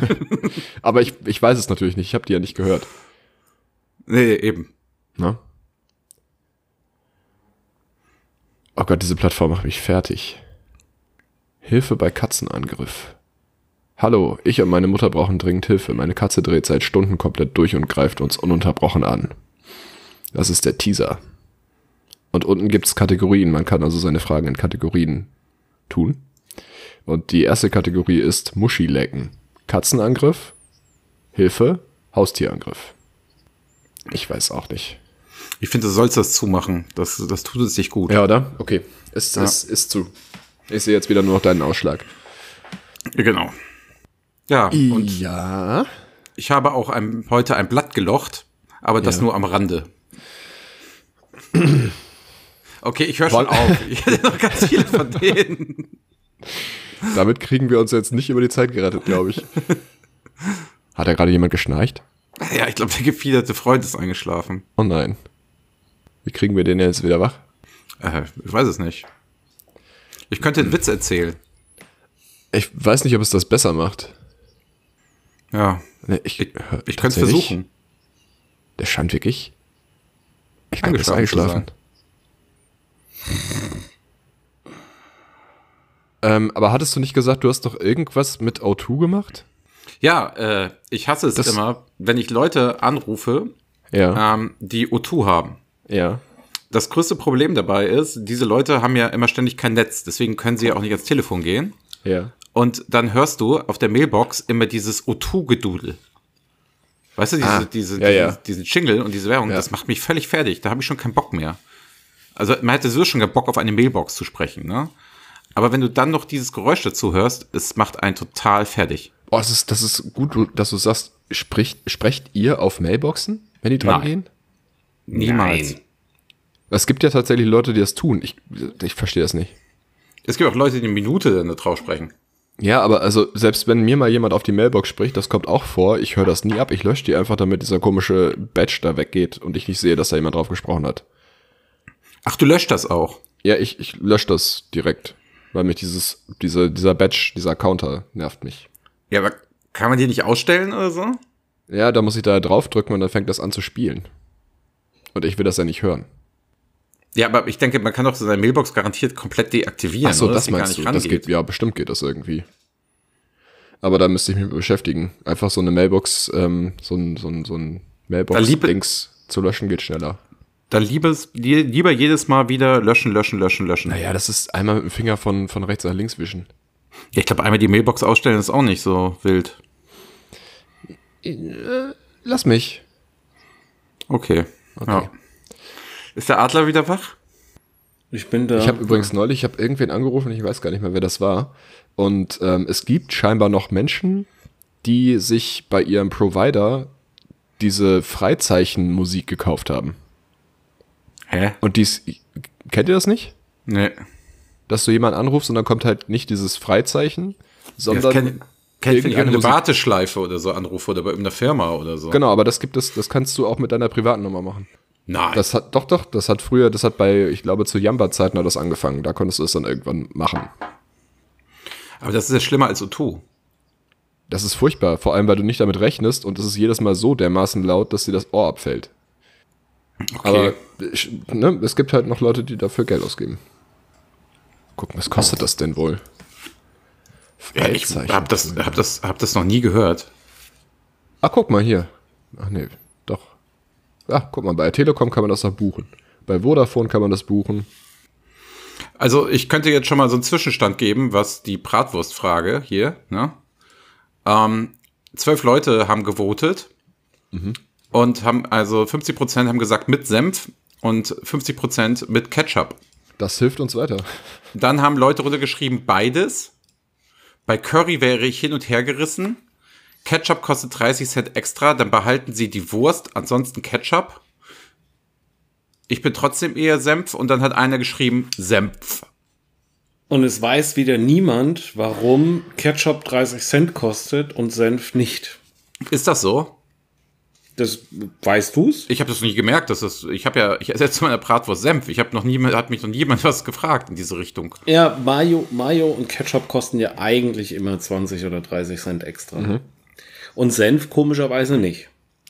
C: Aber ich, ich weiß es natürlich nicht. Ich habe die ja nicht gehört.
A: Nee, eben.
C: Ne? Oh Gott, diese Plattform macht mich fertig. Hilfe bei Katzenangriff. Hallo, ich und meine Mutter brauchen dringend Hilfe. Meine Katze dreht seit Stunden komplett durch und greift uns ununterbrochen an. Das ist der Teaser. Und unten gibt's Kategorien. Man kann also seine Fragen in Kategorien tun. Und die erste Kategorie ist Muschilecken. Katzenangriff, Hilfe, Haustierangriff. Ich weiß auch nicht.
A: Ich finde, du sollst das zumachen. Das, das tut es nicht gut.
C: Ja, oder? Okay. Es, es ist zu. Ich sehe jetzt wieder nur noch deinen Ausschlag.
A: Genau. Ja, und
C: ja.
A: ich habe auch ein, heute ein Blatt gelocht, aber das
C: Ja.
A: nur am Rande. Okay, ich höre schon
C: Woll-
A: auf. Ich hätte noch ganz viele von denen.
C: Damit kriegen wir uns jetzt nicht über die Zeit gerettet, glaube ich. Hat da gerade jemand geschnarcht?
A: Ja, ich glaube, der gefiederte Freund ist eingeschlafen.
C: Oh nein. Wie kriegen wir den jetzt wieder wach?
A: Äh, ich weiß es nicht. Ich könnte einen Witz erzählen.
C: Ich weiß nicht, ob es das besser macht.
A: Ja,
C: Nee, Ich,
A: ich,
C: äh,
A: ich könnte es
C: tatsächlich?
A: versuchen.
C: Der scheint wirklich. Ich glaube, er ist
A: Eingeschlafen
C: eingeschlafen. Ähm, aber hattest du nicht gesagt, du hast doch irgendwas mit O2 gemacht?
A: Ja, äh, ich hasse es
C: Das-
A: immer, wenn ich Leute anrufe,
C: Ja.
A: ähm, die O2 haben.
C: Ja.
A: Das größte Problem dabei ist, diese Leute haben ja immer ständig kein Netz, deswegen können sie ja auch nicht ans Telefon gehen.
C: Ja.
A: Und dann hörst du auf der Mailbox immer dieses O2-Gedudel. Weißt du, diese,
C: Ah,
A: diese,
C: ja, ja.
A: diesen, diesen Jingle und diese Werbung,
C: Ja.
A: das macht mich völlig fertig. Da habe ich schon keinen Bock mehr. Also man hätte sowieso schon keinen Bock, auf eine Mailbox zu sprechen. Ne? Aber wenn du dann noch dieses Geräusch dazu hörst, es macht einen total fertig.
C: Oh, das ist, das ist gut, du- dass du sagst, spricht, sprecht ihr auf Mailboxen, wenn die dran
A: Nein.
C: gehen?
A: Niemals.
E: Nein.
C: Es gibt ja tatsächlich Leute, die das tun. Ich, ich verstehe das nicht.
A: Es gibt auch Leute, die eine Minute dann da drauf sprechen.
C: Ja, aber also selbst wenn mir mal jemand auf die Mailbox spricht, das kommt auch vor, ich höre das nie ab, ich lösche die einfach, damit dieser komische Badge da weggeht und ich nicht sehe, dass da jemand drauf gesprochen hat.
A: Ach, du löscht das auch.
C: Ja, ich, ich lösche das direkt, weil mich dieses, diese, dieser Badge, dieser Counter nervt mich.
A: Ja, aber kann man die nicht ausstellen oder so?
C: Ja, da muss ich da draufdrücken und dann fängt das an zu spielen. Und ich will das ja nicht hören.
A: Ja, aber ich denke, man kann doch so seine Mailbox garantiert komplett deaktivieren.
C: Ach so,
A: oder?
C: das
A: Dass die gar
C: meinst du.
A: nicht
C: Das
A: rangeht.
C: geht, ja, bestimmt geht das irgendwie. Aber da müsste ich mich mit beschäftigen. Einfach so eine Mailbox, ähm, so ein, so ein, so ein
A: liebe-
C: Mailbox-Dings zu löschen geht schneller.
A: Dann liebes, li- lieber jedes Mal wieder löschen, löschen, löschen, löschen.
C: Naja, das ist einmal mit dem Finger von, von rechts nach links wischen.
A: Ja, Ich glaube, einmal die Mailbox ausstellen ist auch nicht so wild.
C: Lass mich.
A: Okay. Ja. Ist der Adler wieder wach?
B: Ich bin da.
C: Ich habe übrigens neulich, ich habe irgendwen angerufen, ich weiß gar nicht mehr, wer das war. Und ähm, es gibt scheinbar noch Menschen, die sich bei ihrem Provider diese Freizeichenmusik gekauft haben.
A: Hä?
C: Und dies, kennt ihr das nicht?
A: Nee.
C: Dass du jemanden anrufst und dann kommt halt nicht dieses Freizeichen, sondern.
A: kennt kennt
C: irgendeine
A: vielleicht eine
C: Musik.
A: Warteschleife oder so Anrufe oder bei irgendeiner Firma oder so.
C: Genau, aber das gibt es, das kannst du auch mit deiner privaten Nummer machen.
A: Nein.
C: Das hat, doch, doch, das hat früher, das hat bei, ich glaube, zu Jamba-Zeiten hat das angefangen. Da konntest du es dann irgendwann machen.
A: Aber das ist ja schlimmer als O2.
C: Das ist furchtbar, vor allem, weil du nicht damit rechnest und es ist jedes Mal so dermaßen laut, dass dir das Ohr abfällt. Aber äh, ne, es gibt halt noch Leute, die dafür Geld ausgeben. Gucken, was kostet das denn wohl?
A: Oh. ja, ich
C: Freizeichen.
A: hab das, hab, das, hab das noch nie gehört.
C: Ach, guck mal hier. Ach nee, doch. Ach, guck mal, bei Telekom kann man das noch buchen. Bei Vodafone kann man das buchen.
A: Also ich könnte jetzt schon mal so einen Zwischenstand geben, was die Bratwurstfrage hier, ne? Ähm, zwölf Leute haben gewotet und haben, also 50% haben gesagt mit Senf und 50% mit Ketchup.
C: Das hilft uns weiter.
A: Dann haben Leute runtergeschrieben, beides. Bei Curry wäre ich hin und her gerissen. Ketchup kostet 30 Cent extra, dann behalten sie die Wurst, ansonsten Ketchup. Ich bin trotzdem eher Senf und dann hat einer geschrieben, Senf.
B: Und es weiß wieder niemand, warum Ketchup 30 Cent kostet und Senf nicht.
A: Ist das so?
B: Das weißt du's?
A: Ich habe das nie gemerkt, dass das. Ich habe ja, ich ersetze meine Bratwurst Senf. Ich habe noch nie, hat mich noch niemand was gefragt in diese Richtung.
B: Ja, Mayo, Mayo und Ketchup kosten ja eigentlich immer 20 oder 30 Cent extra.
A: Mhm.
B: Und Senf komischerweise nicht.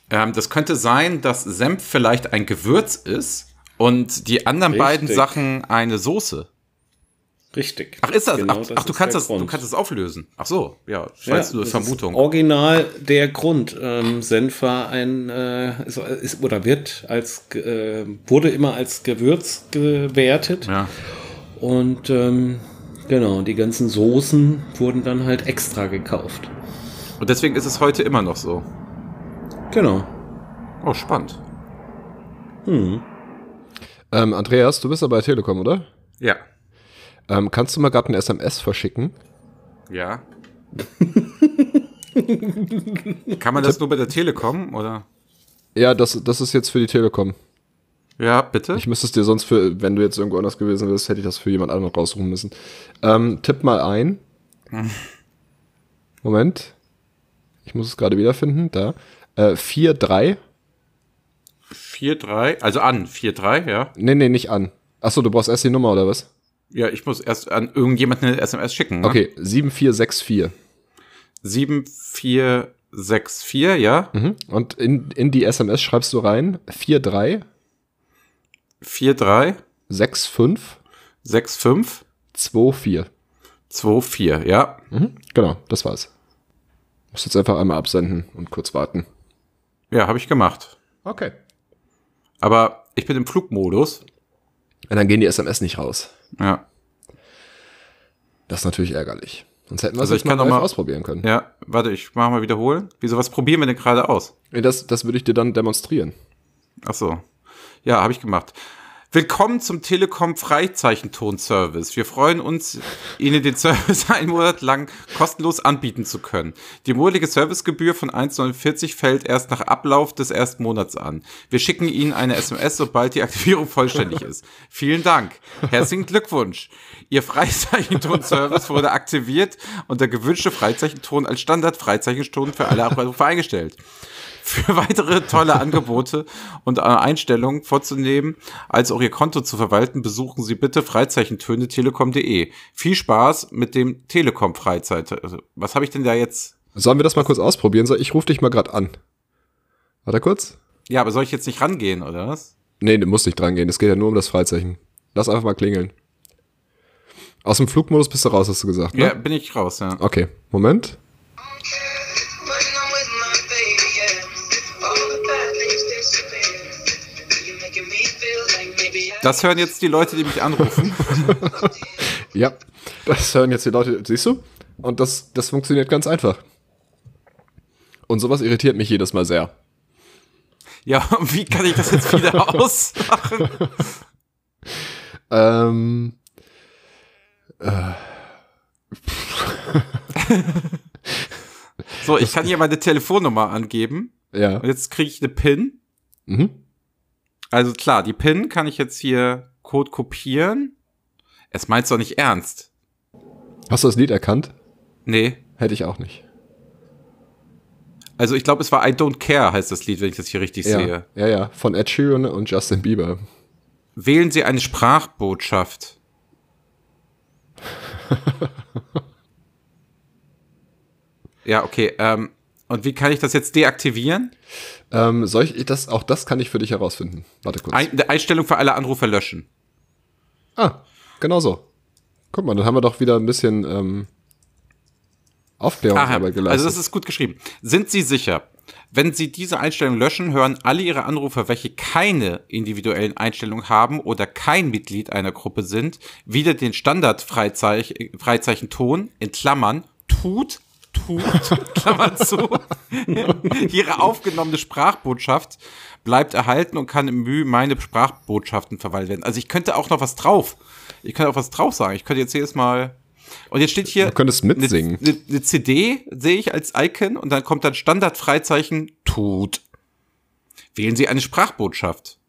A: Ähm, das könnte sein, dass Senf vielleicht ein Gewürz ist und die anderen
B: Richtig.
A: beiden Sachen eine Soße.
B: Richtig.
A: Ach, ist das?
B: Genau
A: ach, ach, du
B: ist
A: kannst
B: der
A: das, du
B: Grund.
A: kannst das auflösen. Ach so, ja, ich
B: Ja,
A: weiß nur
B: das
A: Vermutung.
B: Ist original der Grund. Ähm, Senf war ein, äh, ist, ist, oder wird als, ge- äh, wurde immer als Gewürz gewertet.
A: ja.
B: Und ähm, genau, die ganzen Soßen wurden dann halt extra gekauft.
A: Und deswegen ist es heute immer noch so.
B: Genau.
A: Oh, spannend.
C: Ähm, Andreas, du bist ja bei Telekom, oder?
A: Ja.
C: Ähm, kannst du mal gerade eine SMS verschicken?
A: Ja. Kann man das nur bei der Telekom oder?
C: Ja, das, das ist jetzt für die Telekom.
A: Ja, bitte.
C: Ich müsste es dir sonst für, wenn du jetzt irgendwo anders gewesen wärst, hätte ich das für jemand anderen raussuchen müssen. Ähm, tipp mal ein. Moment. Ich muss es gerade wiederfinden. Da. Äh, 4-3.
A: 4-3, also an 4-3, ja.
C: Nee, nee, nicht an. Achso, du brauchst erst die Nummer oder was?
A: Ja, ich muss erst an irgendjemanden eine SMS schicken. Ne?
C: Okay, 7464.
A: 7464, ja.
C: Mhm. Und in, in die SMS schreibst du rein 43
A: 43
C: 65
A: 65
C: 24.
A: 24, ja.
C: Mhm. Genau, das war's. Muss jetzt einfach einmal absenden und kurz warten.
A: Ja, habe ich gemacht.
C: Okay.
A: Aber ich bin im Flugmodus.
C: Und dann gehen die SMS nicht raus.
A: Ja.
C: Das ist natürlich ärgerlich. Sonst hätten wir es
A: Also
C: also
A: ich kann
C: mal,
A: doch
C: live
A: mal-
C: ausprobieren können.
A: Ja, warte, ich mache mal wiederholen. Wieso, was probieren wir denn gerade aus?
C: Das, das würde ich dir dann demonstrieren.
A: Ach so. Ja, habe ich gemacht. Willkommen zum Telekom Freizeichenton-Service. Wir freuen uns, Ihnen den Service einen Monat lang kostenlos anbieten zu können. Die monatliche Servicegebühr von 1,49 fällt erst nach Ablauf des ersten Monats an. Wir schicken Ihnen eine SMS, sobald die Aktivierung vollständig ist. Vielen Dank. Herzlichen Glückwunsch. Ihr Freizeichenton-Service wurde aktiviert und der gewünschte Freizeichenton als Standard-Freizeichenton für alle Abrufe eingestellt für weitere tolle Angebote und äh, Einstellungen vorzunehmen, als auch Ihr Konto zu verwalten, besuchen Sie bitte Freizeichentöne telekom.de. Viel Spaß mit dem Telekom Freizeit. Also, Was habe ich denn da jetzt?
C: Sollen wir das mal kurz ausprobieren? Soll- Ich rufe dich mal gerade an. Warte kurz.
A: Ja, aber soll ich jetzt nicht rangehen, oder was?
C: Nee, du musst nicht dran gehen. Es geht ja nur um das Freizeichen. Lass einfach mal klingeln. Aus dem Flugmodus bist du raus, hast du gesagt, ne?
A: Ja, bin ich raus, ja.
C: Okay, Moment.
I: When I'm with my baby, yeah. All the bad things disappear. You're making me feel like maybe I
A: Das hören jetzt die Leute, die mich anrufen.
C: Ja, das hören jetzt die Leute, siehst du? Und das, das funktioniert ganz einfach. Und sowas irritiert mich jedes Mal sehr.
A: Ja, und wie kann ich das jetzt wieder ausmachen?
C: Ähm, äh,
A: So, ich kann hier meine Telefonnummer angeben.
C: ja.
A: Und jetzt kriege ich eine PIN.
C: Mhm.
A: Also klar, die PIN kann ich jetzt hier Code kopieren. Es meint's doch nicht ernst.
C: Hast du das Lied erkannt?
A: Nee.
C: Hätte ich auch nicht.
A: Also ich glaube, es war I Don't Care, heißt das Lied, wenn ich das hier richtig
C: Ja,
A: sehe.
C: ja, ja. Von Ed Sheeran und Justin Bieber.
A: Wählen Sie eine Sprachbotschaft. ja, okay. Ähm, und wie kann ich das jetzt deaktivieren?
C: Ähm, soll ich das, auch das kann ich für dich herausfinden. Warte kurz.
A: Ein, Einstellung für alle Anrufe löschen.
C: Ah, genau so. Guck mal, dann haben wir doch wieder ein bisschen ähm,
A: Aha,
C: Aufklärungsarbeit Genau. geleistet.
A: also das ist gut geschrieben. Sind Sie sicher? Wenn Sie diese Einstellung löschen, hören alle Ihre Anrufer, welche keine individuellen Einstellungen haben oder kein Mitglied einer Gruppe sind, wieder den Standard-Freizeichenton Freizeichenton in Klammern tut, tut, Klammern zu. Ihre aufgenommene Sprachbotschaft bleibt erhalten und kann im Menü meine Sprachbotschaften verwaltet werden. Also ich könnte auch noch was drauf. Ich könnte auch was drauf sagen. Ich könnte jetzt jedes Mal. Und jetzt steht hier.
C: Du könntest mitsingen.
A: Eine, eine CD sehe ich als Icon und dann kommt dann Standardfreizeichen tut. Wählen Sie eine Sprachbotschaft.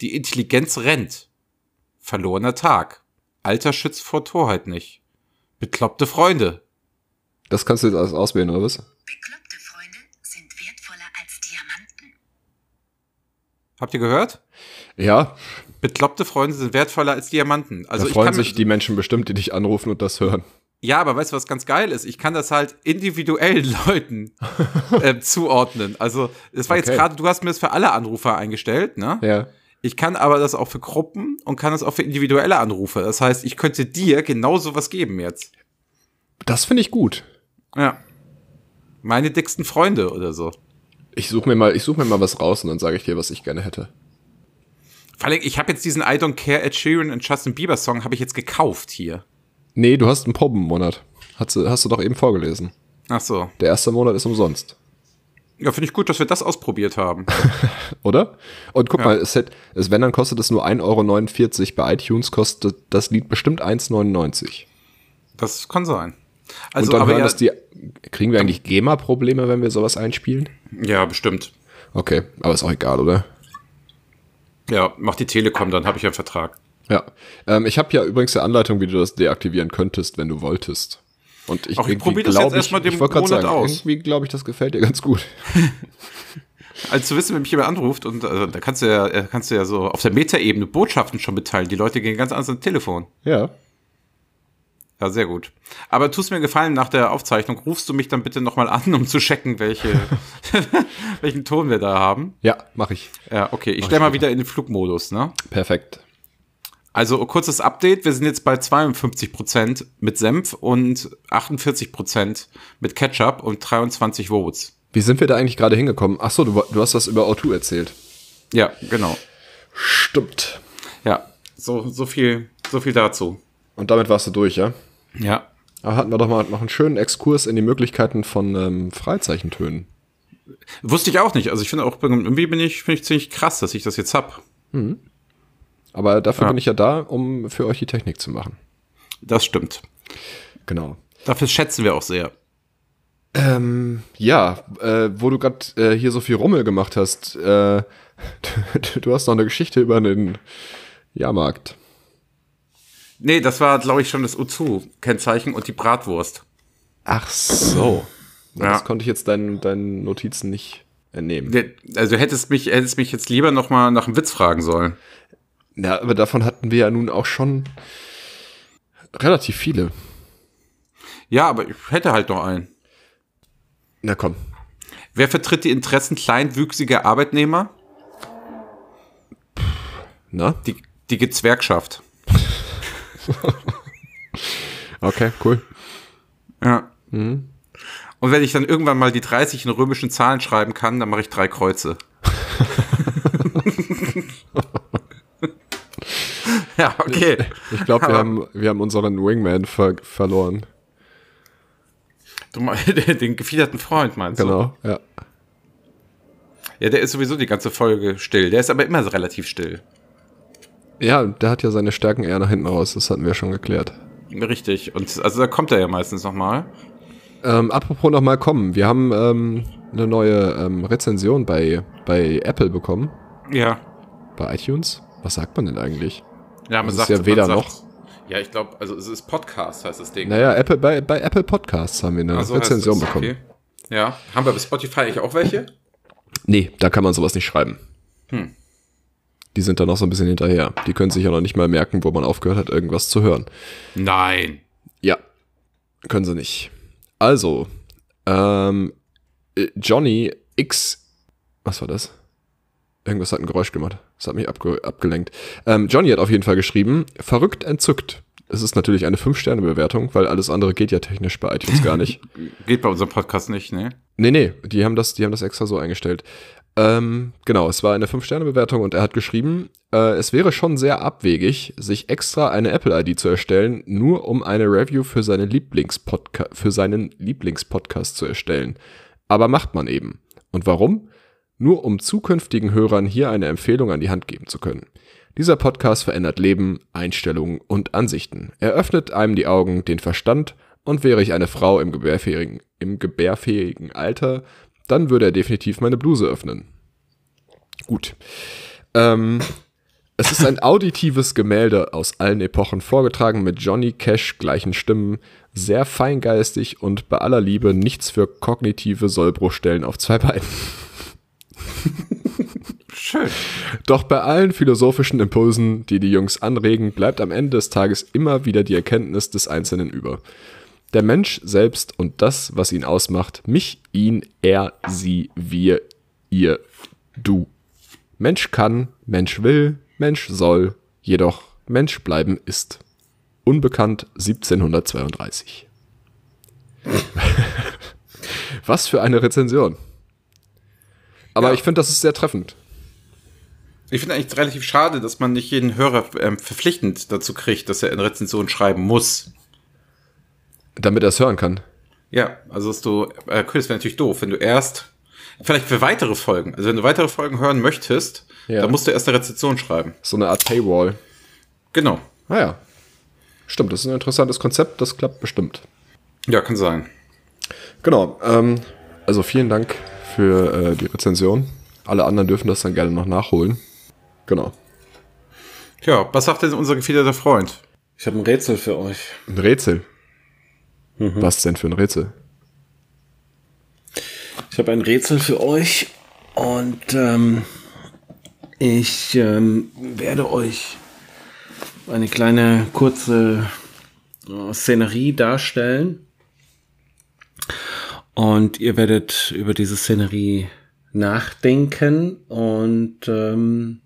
A: Die Intelligenz rennt. Verlorener Tag. Alter schützt vor Torheit nicht. Bekloppte Freunde.
C: das kannst du jetzt alles auswählen, oder was?
I: Bekloppte Freunde sind wertvoller als Diamanten.
A: Habt ihr gehört?
C: Ja,
A: Bekloppte Freunde sind wertvoller als Diamanten. Also
C: da
A: ich
C: freuen
A: kann mir-
C: sich die Menschen bestimmt, die dich anrufen und das hören.
A: Ja, aber weißt du, was ganz geil ist? Ich kann das halt individuellen Leuten ähm, zuordnen. Also, das war
C: Okay.
A: jetzt gerade, du hast mir das für alle Anrufer eingestellt, ne?
C: Ja.
A: Ich kann aber das auch für Gruppen und kann das auch für individuelle Anrufe. Das heißt, ich könnte dir genauso was geben jetzt.
C: Das finde ich gut.
A: Ja. Meine dicksten Freunde oder so.
C: Ich suche mir, mal, ich such mir mal was raus und dann sage ich dir, was ich gerne hätte.
A: Vor allem, ich habe jetzt diesen I Don't Care Ed Sheeran und Justin Bieber Song habe ich jetzt gekauft hier.
C: Nee, du hast einen Pobbenmonat. Hast, du- hast du doch eben vorgelesen.
A: Ach so.
C: Der erste Monat ist umsonst.
A: Ja, finde ich gut, dass wir das ausprobiert haben.
C: Oder? Und guck mal, es hätte, es, wenn dann kostet es nur 1,49 Euro. Bei iTunes kostet das Lied bestimmt 1,99
A: Das kann sein.
C: Und
A: Also,
C: dann
A: aber
C: hören
A: ja,
C: das die. Kriegen wir eigentlich GEMA-Probleme, wenn wir sowas einspielen?
A: ja, bestimmt.
C: Okay, aber ist auch egal, oder?
A: Ja, mach die Telekom, dann habe ich einen Vertrag.
C: Ja. Ähm, ich habe ja übrigens eine Anleitung, wie du das deaktivieren könntest, wenn du wolltest. Und ich,
A: Ach, ich
C: irgendwie
A: probier das
C: glaub
A: jetzt erstmal
C: ich,
A: den
C: ich wollt grad
A: Monat
C: sagen,
A: aus.
C: Irgendwie glaube ich, das gefällt dir ganz gut.
A: Als du Also wissen, wenn mich jemand anruft und also, da kannst du ja, äh, kannst du ja so auf der Metaebene Botschaften schon mitteilen. Die Leute gehen ganz anders ans Telefon.
C: Ja.
A: Ja, sehr gut. Aber tust mir einen gefallen nach der Aufzeichnung, rufst du mich dann bitte nochmal an, um zu checken, welche, welchen Ton wir da haben.
C: Ja, mache ich.
A: Ja, okay. Ich stelle mal wieder in den Flugmodus, ne?
C: Perfekt.
A: Also kurzes Update. Wir sind jetzt bei 52% mit Senf und 48% mit Ketchup und 23 Votes.
C: Wie sind wir da eigentlich gerade hingekommen? Ach so, du, wa- du hast was über O2 erzählt.
A: Ja, genau.
C: Stimmt.
A: Ja, so, so viel, so viel dazu.
C: Und damit warst du durch, ja?
A: Ja.
C: Aber hatten wir doch mal noch einen schönen Exkurs in die Möglichkeiten von ähm, Freizeichentönen.
A: Wusste ich auch nicht. Also ich finde auch, irgendwie bin ich, finde ich ziemlich krass, dass ich das jetzt hab.
C: Aber dafür
A: Ja.
C: bin ich ja da, um für euch die Technik zu machen.
A: Das stimmt.
C: Genau.
A: Dafür schätzen wir auch sehr.
C: Ja, äh, wo du gerade äh, hier so viel Rummel gemacht hast, äh, du, du hast noch eine Geschichte über den Jahrmarkt.
A: Nee, das war, glaube ich, schon das Uzu-Kennzeichen und die Bratwurst.
C: Ach so. Das
A: Ja.
C: konnte ich jetzt deinen, deinen Notizen nicht entnehmen.
A: Der- Also hättest mich, hättest mich jetzt lieber nochmal nach einem Witz fragen sollen.
C: Ja, aber davon hatten wir ja nun auch schon relativ viele.
A: Ja, aber ich hätte halt noch einen.
C: Na komm.
A: Wer vertritt die Interessen kleinwüchsiger Arbeitnehmer?
C: Na?
A: Die, die Gezwergschaft.
C: Okay, cool.
A: Ja. Mhm. Und wenn ich dann irgendwann mal die 30 in römischen Zahlen schreiben kann, dann mache ich drei Kreuze. ja, okay.
C: Ich glaube, wir
A: Aber-
C: haben, wir haben unseren Wingman ver verloren.
A: Du meinst den gefiederten Freund meinst
C: Genau. Ja.
A: du? Ja, der ist sowieso die ganze Folge still. Der ist aber immer relativ still.
C: Ja, der hat ja seine Stärken eher nach hinten raus, das hatten wir schon geklärt.
A: Richtig. Und also da kommt er ja meistens nochmal.
C: Ähm, apropos nochmal kommen, wir haben ähm, eine neue ähm, Rezension bei, bei Apple bekommen,
A: Ja.
C: bei iTunes. Was sagt man denn eigentlich?
A: Ja,
C: Das ist ja weder noch.
A: Ja, ich glaube, also es ist Podcast, heißt das Ding.
C: Naja, Apple, bei, bei Apple Podcasts haben wir eine
A: Ah, so heißt
C: Rezension
A: es.
C: bekommen.
A: Okay. Ja. Haben wir bei Spotify eigentlich auch welche?
C: Nee, da kann man sowas nicht schreiben.
A: Hm.
C: Die sind da noch so ein bisschen hinterher. Die können sich ja noch nicht mal merken, wo man aufgehört hat, irgendwas zu hören.
A: Nein.
C: Ja, können sie nicht. Also, ähm, äh, Johnny X. Was war das? Irgendwas hat ein Geräusch gemacht. Das hat mich abge abgelenkt. Ähm, Johnny hat auf jeden Fall geschrieben, verrückt entzückt. Es ist natürlich eine 5-Sterne-Bewertung, weil alles andere geht ja technisch bei iTunes gar nicht.
A: Geht bei unserem Podcast nicht, ne?
C: Nee, nee, die haben das, die haben das extra so eingestellt. Ähm, genau, es war eine 5-Sterne-Bewertung und er hat geschrieben, äh, es wäre schon sehr abwegig, sich extra eine Apple-ID zu erstellen, nur um eine Review für, seine Lieblingspodca für seinen Lieblingspodcast zu erstellen. Aber macht man eben. Und warum? Nur um zukünftigen Hörern hier eine Empfehlung an die Hand geben zu können. Dieser Podcast verändert Leben, Einstellungen und Ansichten. Er öffnet einem die Augen, den Verstand und wäre ich eine Frau im gebärfähigen, im gebärfähigen Alter, dann würde er definitiv meine Bluse öffnen. Gut. Ähm, es ist ein auditives Gemälde aus allen Epochen vorgetragen mit Johnny Cash gleichen Stimmen, sehr feingeistig und bei aller Liebe nichts für kognitive Sollbruchstellen auf zwei Beinen.
A: Schön.
C: Doch bei allen philosophischen Impulsen, die die Jungs anregen, bleibt am Ende des Tages immer wieder die Erkenntnis des Einzelnen über. Der Mensch selbst und das, was ihn ausmacht, mich, ihn, er, sie, wir, ihr, du. Mensch kann, Mensch will, Mensch soll, jedoch Mensch bleiben ist. Unbekannt 1732. was für eine Rezension. Aber ich finde, das ist sehr treffend.
A: Ich finde eigentlich relativ schade, dass man nicht jeden Hörer ähm, verpflichtend dazu kriegt, dass er in Rezension schreiben muss.
C: Damit er es hören kann.
A: Ja, also dass du, äh, cool, das wäre natürlich doof, wenn du erst, vielleicht für weitere Folgen, also wenn du weitere Folgen hören möchtest,
C: Ja.
A: dann musst du erst eine Rezension schreiben.
C: So eine Art Paywall.
A: Genau.
C: Naja. Stimmt, das ist ein interessantes Konzept, das klappt bestimmt.
A: Ja, kann sein.
C: Genau. Ähm, also vielen Dank für äh, die Rezension. Alle anderen dürfen das dann gerne noch nachholen. Genau.
A: Ja, was sagt denn unser gefiederter Freund?
B: Ich habe ein Rätsel für euch.
C: Ein Rätsel.
A: Mhm.
C: Was denn für ein Rätsel?
B: Ich habe ein Rätsel für euch und ähm, ich ähm, werde euch eine kleine kurze äh, Szenerie darstellen und ihr werdet über diese Szenerie nachdenken und ähm,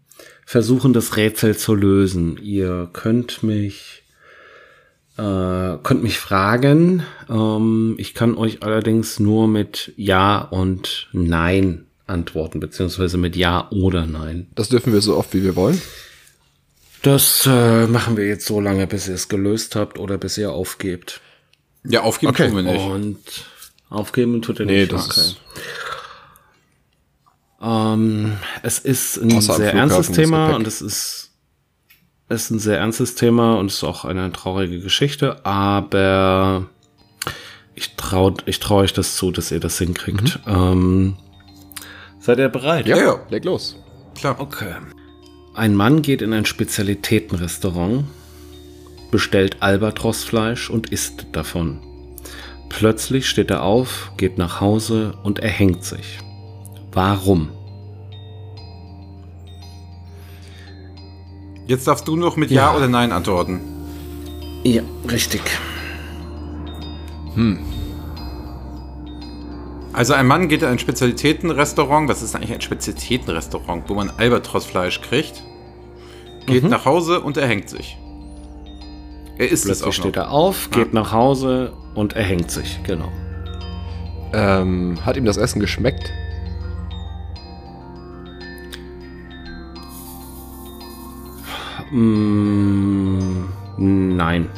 B: versuchen, das Rätsel zu lösen. Ihr könnt mich äh, könnt mich fragen. Ähm, ich kann euch allerdings nur mit Ja und Nein antworten, beziehungsweise mit Ja oder Nein.
C: Das dürfen wir so oft, wie wir wollen.
B: Das äh, machen wir jetzt so lange, bis ihr es gelöst habt oder bis ihr aufgebt.
A: Ja, aufgeben
C: Okay. Oh.
A: tun wir nicht.
B: Und aufgeben tut ihr
C: Nee,
B: nicht.
C: das ist-
B: ähm, es ist ein
C: Außer am
B: sehr
C: Flughafen
B: ernstes
C: das
B: Thema
C: Gepäck.
B: und es ist, es ist ein sehr ernstes Thema und es ist auch eine traurige Geschichte, aber ich traue ich trau euch das zu, dass ihr das hinkriegt.
C: Mhm.
B: Ähm, seid ihr bereit?
A: Ja, ja,
C: Leg los.
A: klar.
B: Okay. Ein Mann geht in ein Spezialitätenrestaurant, bestellt Albatrosfleisch und isst davon. Plötzlich steht er auf, geht nach Hause und erhängt sich. Warum?
A: Jetzt darfst du noch mit Ja, oder Nein antworten.
B: Ja, richtig.
A: Hm. Also ein Mann geht in ein Spezialitätenrestaurant, was ist eigentlich ein Spezialitätenrestaurant, wo man Albatrosfleisch kriegt, geht
B: Mhm.
A: nach Hause und erhängt sich. Er isst es auch
B: Plötzlich
A: noch.
B: steht er auf, geht nach Hause und erhängt sich. Genau.
C: Ähm, hat ihm das Essen geschmeckt?
B: Mm, nein.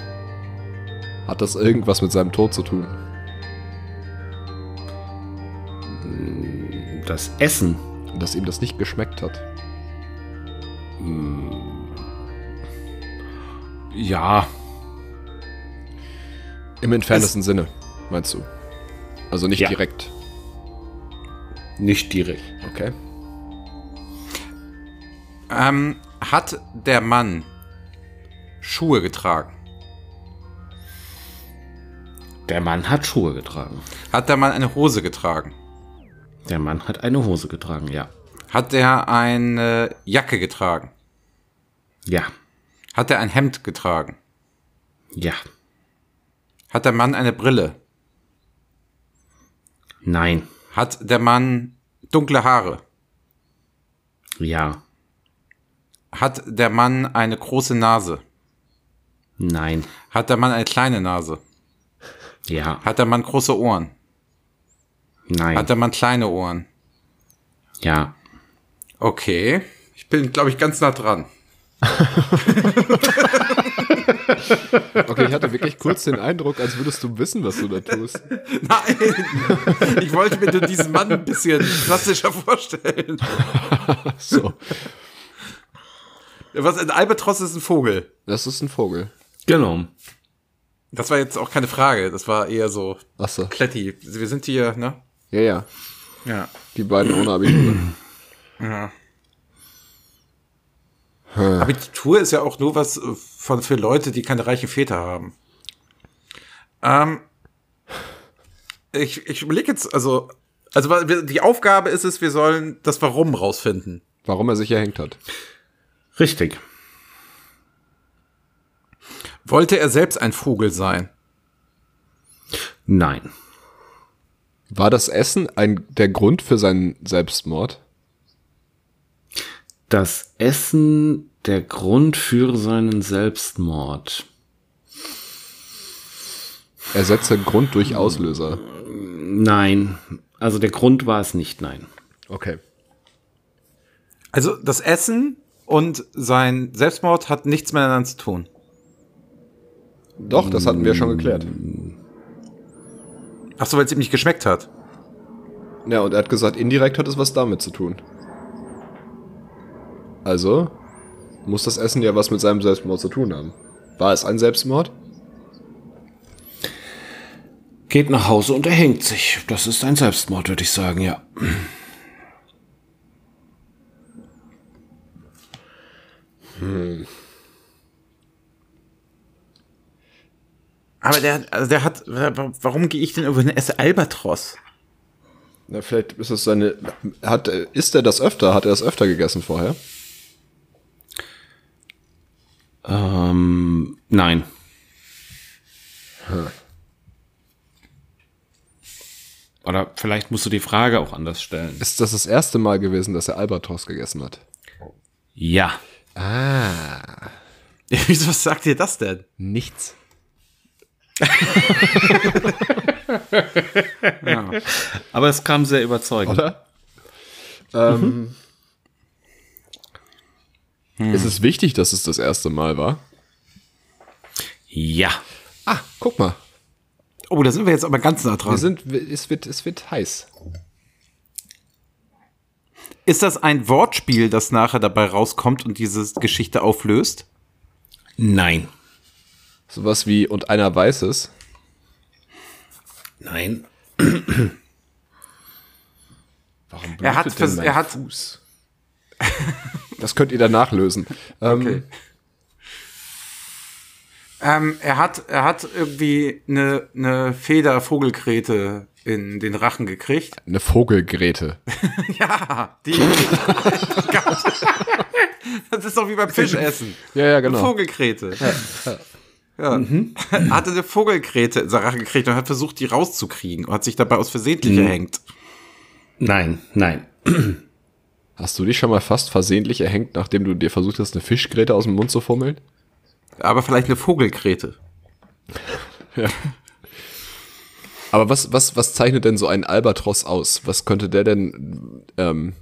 C: Hat das irgendwas mit seinem Tod zu tun?
B: Das Essen.
C: Dass ihm das nicht geschmeckt hat?
B: Ja,
C: Im entferntesten Sinne, meinst du? Also nicht
B: Ja.
C: direkt.
B: nicht direkt.
C: Okay.
A: Ähm, hat der Mann Schuhe getragen?
B: Der Mann hat Schuhe getragen.
A: Hat der Mann eine Hose getragen?
B: Der Mann hat eine Hose getragen, ja.
A: Hat der eine Jacke getragen?
B: Ja,
A: Hat er ein Hemd getragen?
B: ja.
A: Hat der Mann eine Brille?
B: Nein,
A: Hat der Mann dunkle Haare?
B: ja.
A: Hat der Mann eine große Nase?
B: Nein,
A: Hat der Mann eine kleine Nase?
B: ja.
A: Hat der Mann große Ohren?
B: Nein,
A: Hat der Mann kleine Ohren?
B: ja.
A: Okay. Ich bin, glaube ich, ganz nah dran.
C: Okay, ich hatte wirklich kurz den Eindruck, als würdest du wissen, was du da tust.
A: Nein! Ich wollte mir nur diesen Mann ein bisschen klassischer vorstellen.
C: So.
A: Was, ein Albatros ist ein Vogel.
C: Das ist ein Vogel.
B: Genau.
A: Das war jetzt auch keine Frage. Das war eher so
C: Achso.
A: Kletti. Wir sind hier, ne?
C: Ja, ja.
A: Ja.
C: Die beiden ohne Abitur.
A: Abitur ist ja auch nur was äh, von, für Leute, die keine reichen Väter haben. Ähm, ich ich überlege jetzt, also, also wa- wir- die Aufgabe ist es, wir sollen das Warum rausfinden.
C: Warum er sich erhängt hat.
B: Richtig.
A: Wollte er selbst ein Vogel sein?
B: Nein.
C: War das Essen ein, der Grund für seinen Selbstmord?
B: Das Essen der Grund für seinen Selbstmord.
C: Er setzt Grund durch Auslöser.
B: Nein. Also der Grund war es nicht, nein.
C: Okay.
A: Also das Essen und sein Selbstmord hat nichts miteinander zu tun.
C: Doch, das hatten wir schon geklärt.
A: Ach so, weil es ihm nicht geschmeckt hat.
C: Ja, und er hat gesagt, indirekt hat es was damit zu tun. Also muss das Essen ja was mit seinem Selbstmord zu tun haben. War es ein Selbstmord?
B: Geht nach Hause und erhängt sich. Das ist ein Selbstmord, würde ich sagen, ja.
A: Aber der, also der hat, warum gehe ich denn über den Esse Albatros?
C: Na, vielleicht ist es seine. Hat, äh, isst er das öfter? Hat er das öfter gegessen vorher?
B: Ähm, nein. Hm. Oder vielleicht musst du die Frage auch anders stellen.
C: Ist das das erste Mal gewesen, dass er Albatros gegessen hat?
B: Ja.
A: Wieso sagt ihr das denn?
C: Nichts.
B: Aber es kam sehr überzeugend.
C: Oder?
A: Mhm.
C: ähm, Hm. Ist es wichtig, dass es das erste Mal war?
B: Ja.
C: Ah, guck mal.
A: Oh, da sind wir jetzt aber ganz nah dran.
C: Wir sind, es, wird, es wird heiß.
A: Ist das ein Wortspiel, das nachher dabei rauskommt und diese Geschichte auflöst?
B: Nein.
C: Sowas wie, und einer weiß es.
B: Nein.
C: Warum
A: Er hat
C: blutet denn
A: vers-
C: mein
A: er hat-
C: Fuß? Das könnt ihr danach lösen. Ähm,
A: Ähm, er hat, er hat irgendwie eine, eine Feder Vogelkrete in den Rachen gekriegt.
C: Eine Vogelgräte.
A: Ja, die. Gott. das ist doch wie beim Fischessen.
C: Ja, ja,
A: Eine
C: genau.
A: Vogelkrete. Ja. Er hatte eine Vogelkrete in seinen Rachen gekriegt und hat versucht, die rauszukriegen und hat sich dabei aus versehentlich erhängt.
B: Nein. Nein.
C: Hast du dich schon mal fast versehentlich erhängt, nachdem du dir versucht hast, eine Fischgräte aus dem Mund zu fummeln?
A: Aber vielleicht eine Vogelkrete.
C: Aber was, was, was zeichnet denn so ein Albatros aus? Was könnte der denn, ähm,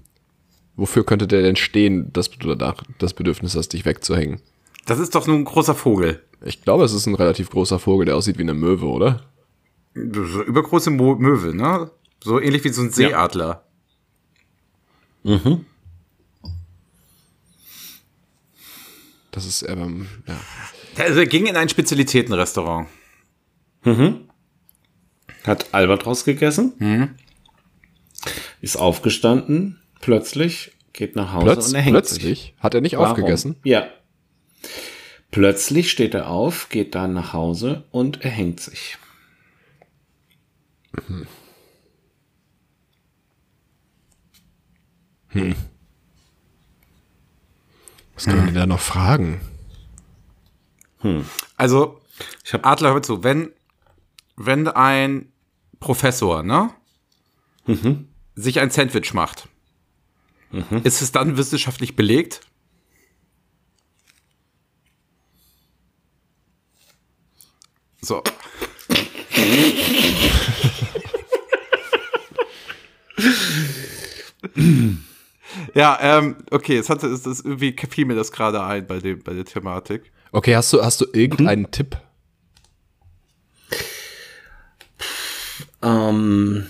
C: wofür könnte der denn stehen, dass du danach das Bedürfnis hast, dich wegzuhängen?
A: Das ist doch nur ein großer Vogel.
C: Ich glaube, es ist ein relativ großer Vogel, der aussieht wie eine Möwe, oder?
A: So übergroße Mo Möwe, ne? So ähnlich wie so ein Seeadler.
C: Das ist, ähm, ja.
A: Also er ging in ein Spezialitätenrestaurant.
B: Hat Albatros gegessen. Ist aufgestanden, plötzlich, geht nach Hause
C: Plötz,
B: und er hängt sich.
C: plötzlich hat er nicht
B: Warum?
C: aufgegessen.
B: Ja. Plötzlich steht er auf, geht dann nach Hause und er hängt sich.
C: Was kann man denn da noch fragen?
A: Also,
B: Ich hab-
A: Adler, hör zu, wenn, wenn ein Professor, ne?
B: Mhm.
A: Sich ein Sandwich macht, ist es dann wissenschaftlich belegt? So. ja, ähm, okay, es hat, es ist irgendwie fiel mir das gerade ein bei dem, bei der Thematik.
C: Okay, hast du, hast du irgendeinen
B: Hm?
C: Tipp?
B: Ähm,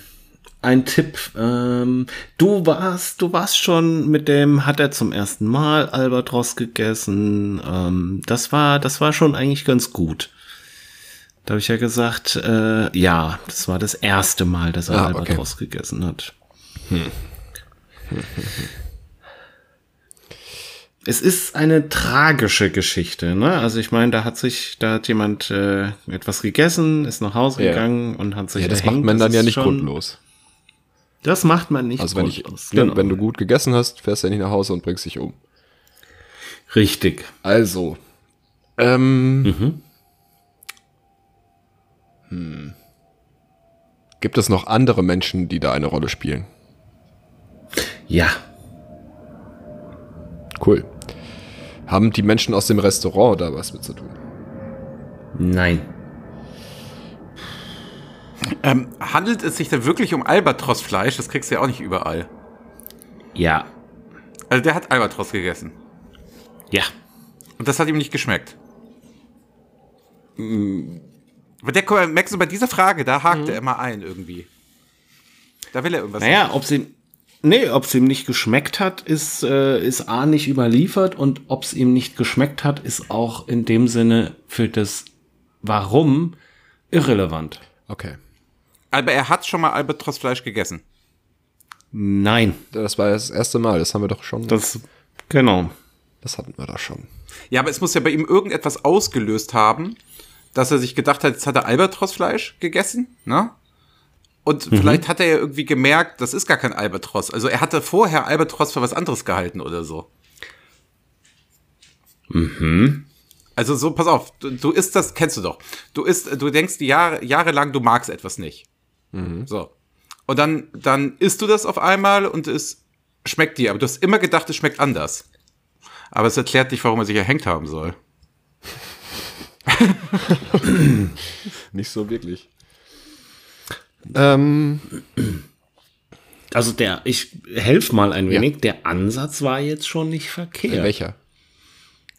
B: ein Tipp. Ähm, du warst, du warst schon mit dem, hat er zum ersten Mal Albatros gegessen. Ähm, das war, das war schon eigentlich ganz gut. Da habe ich ja gesagt, äh, ja, das war das erste Mal, dass er
C: Ah, okay.
B: Albatros gegessen hat.
C: Hm.
B: Es ist eine tragische Geschichte, ne? Also ich meine, da hat sich, da hat jemand äh, etwas gegessen, ist nach Hause
C: Ja.
B: gegangen und hat sich
C: Ja, das
B: erhängt.
C: macht man dann
B: ist
C: ja nicht
B: schon-
C: grundlos.
B: Das macht man nicht
C: Also wenn ich,
B: grundlos.
C: ne,
B: genau.
C: wenn du gut gegessen hast, fährst du ja nicht nach Hause und bringst dich um.
B: Richtig.
C: Also, ähm, hm. gibt es noch andere Menschen, die da eine Rolle spielen?
B: Ja.
C: Cool. Haben die Menschen aus dem Restaurant da was mit zu tun?
B: Nein.
A: Ähm, handelt es sich denn wirklich um Albatrosfleisch? Das kriegst du ja auch nicht überall.
B: Ja.
A: Also der hat Albatros gegessen.
B: Ja.
A: Und das hat ihm nicht geschmeckt. Aber der, guck mal, merkst du, bei dieser Frage, da hakt er immer ein irgendwie. Da will er irgendwas.
B: Naja, ob sie. Nee, ob es ihm nicht geschmeckt hat, ist, äh, ist A nicht überliefert und ob es ihm nicht geschmeckt hat, ist auch in dem Sinne für das Warum irrelevant.
C: Okay.
A: Aber er hat schon mal Albatrosfleisch gegessen.
B: Nein.
C: Das war das erste Mal, das haben wir doch schon. Das,
B: Das. Genau.
C: hatten wir doch schon.
A: Ja, aber es muss ja bei ihm irgendetwas ausgelöst haben, dass er sich gedacht hat, jetzt hat er Albatrosfleisch gegessen, ne? Und vielleicht hat er ja irgendwie gemerkt, das ist gar kein Albatros. Also er hatte vorher Albatros für was anderes gehalten oder so. Mhm. Also so, pass auf, du, du isst das, kennst du doch. Du isst, du denkst die Jahre, jahrelang, du magst etwas nicht. So. Und dann, dann isst du das auf einmal und es schmeckt dir. Aber du hast immer gedacht, es schmeckt anders. Aber es erklärt nicht, warum er sich erhängt haben soll.
C: Nicht so wirklich. Ähm,
B: Also der, ich helf mal ein
C: Ja.
B: wenig. Der Ansatz war jetzt schon nicht verkehrt.
C: welcher?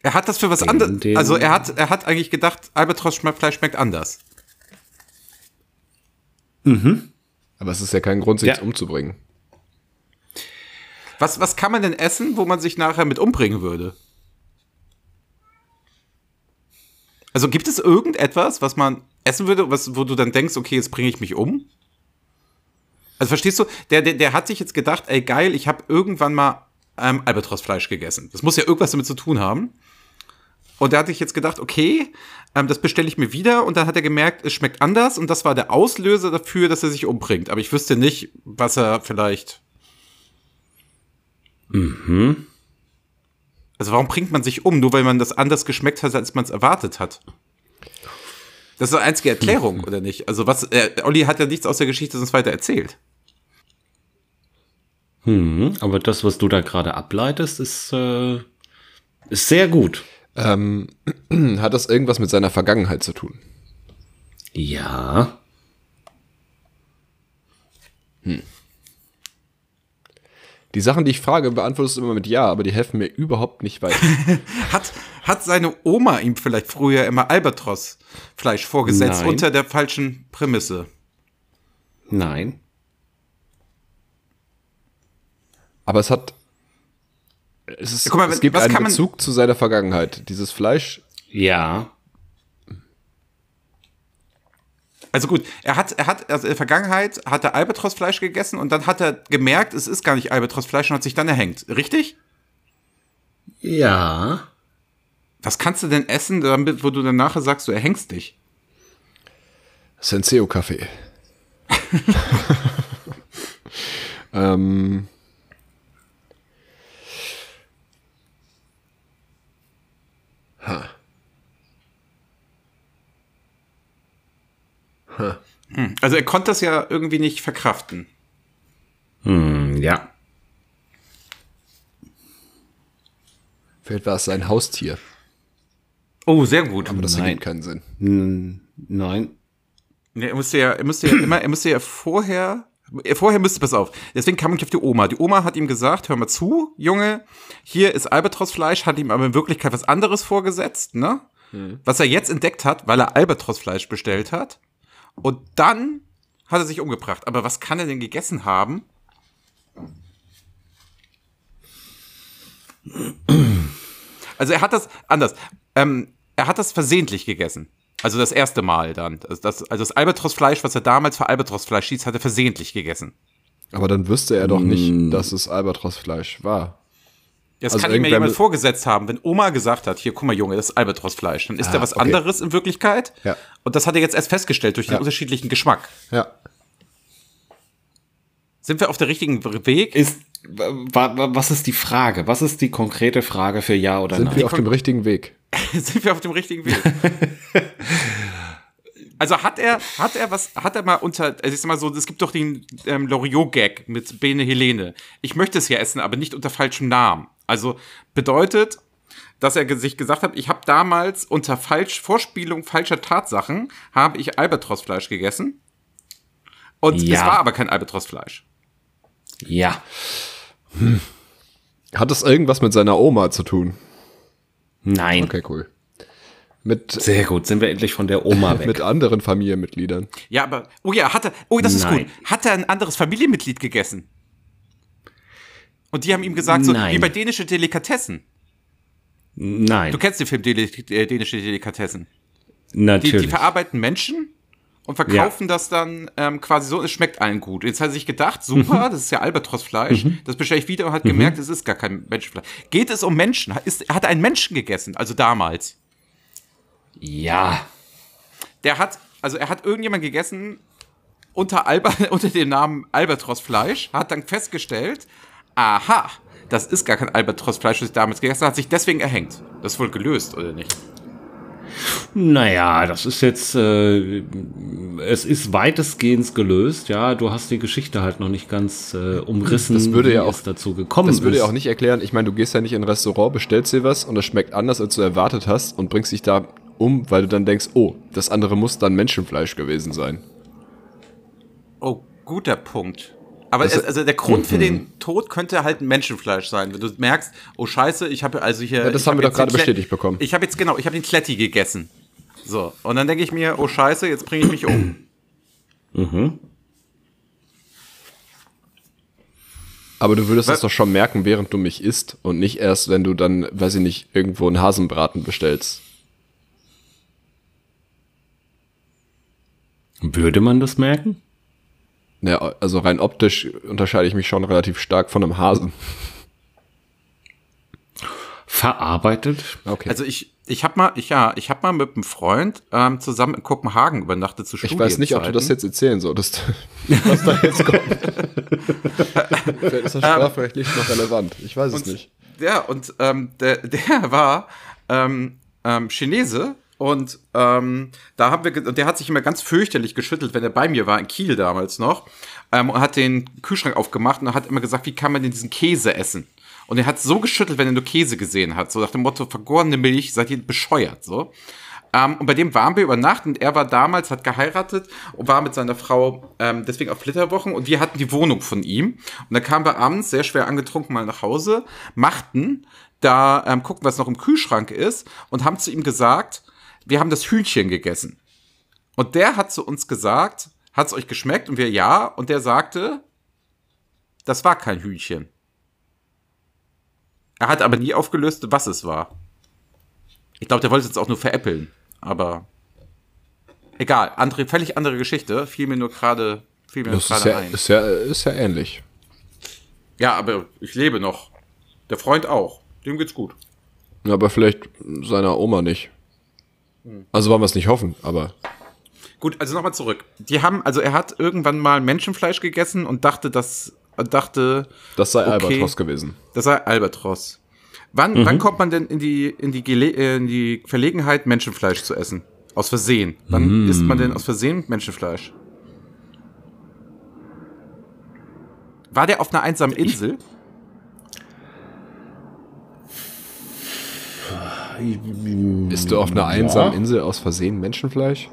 A: Er hat das für was anderes.
B: den-
A: Also er hat, er hat eigentlich gedacht, Albatrossfleisch schmeckt anders.
C: Aber es ist ja kein Grund, sich
B: Ja.
C: jetzt umzubringen.
A: Was, was kann man denn essen, wo man sich nachher mit umbringen würde? Also gibt es irgendetwas, was man essen würde, was, wo du dann denkst, okay, jetzt bringe ich mich um? Also verstehst du, der, der, der hat sich jetzt gedacht, ey geil, ich habe irgendwann mal ähm, Albatrossfleisch gegessen. Das muss ja irgendwas damit zu tun haben. Und da hatte ich jetzt gedacht, okay, ähm, das bestelle ich mir wieder. Und dann hat er gemerkt, es schmeckt anders. Und das war der Auslöser dafür, dass er sich umbringt. Aber ich wüsste nicht, was er vielleicht. Mhm. Also warum bringt man sich um? Nur weil man das anders geschmeckt hat, als man es erwartet hat. Das ist eine einzige Erklärung, oder nicht? Also was, äh, Olli hat ja nichts aus der Geschichte sonst weiter erzählt.
B: Mhm, aber das, was du da gerade ableitest, ist, äh, ist sehr gut.
C: Ähm, hat das irgendwas mit seiner Vergangenheit zu tun?
B: Ja.
C: Die Sachen, die ich frage, beantwortest du immer mit Ja, aber die helfen mir überhaupt nicht weiter.
A: Hat, hat seine Oma ihm vielleicht früher immer Albatrossfleisch vorgesetzt
B: Nein.
A: unter der falschen Prämisse?
B: Nein.
C: aber es hat Es, ist,
A: Ja, guck mal,
C: es
A: wenn-
C: gibt
A: was
C: einen
A: kann man-
C: Bezug zu seiner Vergangenheit. Dieses Fleisch,
B: Ja.
A: Also gut, er hat, er hat, also in der Vergangenheit hat er Albatrosfleisch gegessen und dann hat er gemerkt, es ist gar nicht Albatrosfleisch und hat sich dann erhängt. Richtig?
B: Ja.
A: Was kannst du denn essen, damit, wo du dann nachher sagst, du erhängst dich?
C: Senseo-Kaffee. ähm.
A: Also er konnte das ja irgendwie nicht verkraften.
B: Hm, Ja.
C: Vielleicht war es sein Haustier.
A: Oh, sehr gut.
C: Aber das
B: Nein.
C: ergibt keinen Sinn.
B: Nein.
A: Nee, Er musste ja, er musste ja immer, er musste ja vorher, er vorher müsste, pass auf, deswegen kam ich auf die Oma. Die Oma hat ihm gesagt, hör mal zu, Junge, hier ist Albatrosfleisch, hat ihm aber in Wirklichkeit was anderes vorgesetzt, ne? Was er jetzt entdeckt hat, weil er Albatrosfleisch bestellt hat. Und dann hat er sich umgebracht. Aber was kann er denn gegessen haben? Also er hat das anders. Ähm, er hat das versehentlich gegessen. Also das erste Mal dann. Also das, also das Albatrosfleisch, was er damals für Albatrosfleisch hieß, hat er versehentlich gegessen.
C: Aber dann wüsste er doch
A: Mm.
C: nicht, dass es Albatrosfleisch war.
A: Das
C: Also
A: kann ihm ja
C: irgendwer
A: jemand
C: mit-
A: vorgesetzt haben, wenn Oma gesagt hat, hier, guck mal Junge, das ist Albatrosfleisch. Dann ist da was
C: Ah, okay.
A: anderes in Wirklichkeit.
C: Ja.
A: Und das hat er jetzt erst festgestellt durch den unterschiedlichen Geschmack.
C: Ja.
A: Sind wir auf der richtigen Weg?
B: Ist, wa, wa, was ist die Frage? Was ist die konkrete Frage für Ja oder
C: Sind
B: Nein?
C: wir auf dem richtigen Weg?
A: sind wir auf dem richtigen Weg. Also hat er, hat er was, hat er mal unter, also ich sag mal so, es gibt doch den ähm, Loriot-Gag mit Bene Helene. Ich möchte es ja essen, aber nicht unter falschem Namen. Also bedeutet, dass er ge- sich gesagt hat, ich habe damals unter falsch Vorspielung falscher Tatsachen habe ich Albatrosfleisch gegessen und es
B: Ja.
A: war aber kein Albatrosfleisch.
B: Ja.
C: Hat das irgendwas mit seiner Oma zu tun?
B: Nein.
C: Okay, cool. Mit,
B: Sehr gut, sind wir endlich von der Oma weg.
C: mit anderen Familienmitgliedern.
A: Ja, aber oh ja, hat er, oh das ist
B: Nein.
A: gut, hat er ein anderes Familienmitglied gegessen? Und die haben ihm gesagt, so
B: Nein.
A: wie bei dänische Delikatessen.
B: Nein,
A: Du kennst den Film Delik äh, dänische Delikatessen. Die,
B: natürlich.
A: die verarbeiten Menschen und verkaufen das dann ähm, quasi so, es schmeckt allen gut. Jetzt hat er sich gedacht,
B: Mhm.
A: super, das ist ja Albatrosfleisch, das bestelle ich wieder und hat gemerkt, es ist gar kein Menschenfleisch. Geht es um Menschen? Hat- Ist, hat er einen Menschen gegessen, also damals?
B: ja.
A: Der hat, also er hat irgendjemand gegessen unter, Alba, unter dem Namen Albatrosfleisch, hat dann festgestellt, aha, das ist gar kein Albatrosfleisch, was ich damals gegessen habe, hat sich deswegen erhängt. Das ist wohl gelöst, oder nicht?
B: Naja, das ist jetzt, äh, es ist weitestgehend gelöst, ja. Du hast die Geschichte halt noch nicht ganz äh, umrissen,
C: Das würde ja
B: wie
C: auch-
B: es dazu gekommen
C: Das würde
B: ist.
C: ja auch nicht erklären, ich meine, du gehst ja nicht in ein Restaurant, bestellst dir was und das schmeckt anders, als du erwartet hast und bringst dich da um, weil du dann denkst, oh, das andere muss dann Menschenfleisch gewesen sein.
A: Oh, guter Punkt. Aber es, also der Grund
C: Mhm.
A: für den Tod könnte halt ein Menschenfleisch sein, wenn du merkst, oh Scheiße, ich habe also hier.
C: Ja, das
A: ich
C: haben wir
A: hab jetzt den
C: doch gerade
A: Klett-
C: bestätigt bekommen.
A: Ich habe jetzt genau, ich habe den Kletti gegessen. So und dann denke ich mir, oh Scheiße, jetzt bringe ich mich um.
C: Aber du würdest
A: Wa-
C: es doch schon merken, während du mich isst und nicht erst, wenn du dann, weiß ich nicht, irgendwo einen Hasenbraten bestellst.
B: würde man das merken?
C: Naja, also rein optisch unterscheide ich mich schon relativ stark von einem Hasen.
B: Verarbeitet?
C: Okay.
A: Also ich, ich habe mal, ich ja, ich habe mal mit einem Freund ähm, zusammen in Kopenhagen übernachtet zu
C: ich
A: Studienzeiten.
C: weiß nicht, ob du das jetzt erzählen solltest, was da jetzt kommt. Vielleicht
A: Ähm,
C: ist das strafrechtlich noch relevant. Ich weiß es nicht.
A: Ja, und ähm, der, der war ähm, ähm, Chinese und ähm, da haben wir ge- und der hat sich immer ganz fürchterlich geschüttelt, wenn er bei mir war in Kiel damals noch ähm, und hat den Kühlschrank aufgemacht und hat immer gesagt, wie kann man denn diesen Käse essen? Und er hat so geschüttelt, wenn er nur Käse gesehen hat, so nach dem Motto vergorene Milch, seid ihr bescheuert so. Ähm, und bei dem waren wir über Nacht und er war damals, hat geheiratet und war mit seiner Frau ähm, deswegen auf Flitterwochen und wir hatten die Wohnung von ihm. Und dann kamen wir abends sehr schwer angetrunken mal nach Hause, machten da, ähm, gucken, was noch im Kühlschrank ist und haben zu ihm gesagt, wir haben das Hühnchen gegessen. Und der hat zu uns gesagt, hat's euch geschmeckt? Und wir ja. Und der sagte, das war kein Hühnchen. Er hat aber nie aufgelöst, was es war. Ich glaube, der wollte es jetzt auch nur veräppeln, aber egal. Andere, völlig andere Geschichte. Fiel mir nur gerade fiel mir
C: Das ist
A: gerade
C: ja,
A: ein.
C: ist, ja, ist ja ähnlich.
A: Ja, aber ich lebe noch. Der Freund auch. Dem geht's gut.
C: Aber vielleicht seiner Oma nicht. Also wollen wir es nicht hoffen, aber
A: Gut, also nochmal zurück. Die haben, also er hat irgendwann mal Menschenfleisch gegessen und dachte, dass, dachte,
C: das sei
A: Okay.
C: Albatros gewesen.
A: das sei Albatros. Wann, wann kommt man denn in die, in die, Gele äh, in die Verlegenheit, Menschenfleisch zu essen? Aus Versehen. Wann isst man denn aus Versehen Menschenfleisch? War der auf einer einsamen Insel?
C: Bist du auf einer einsamen Insel aus Versehen Menschenfleisch?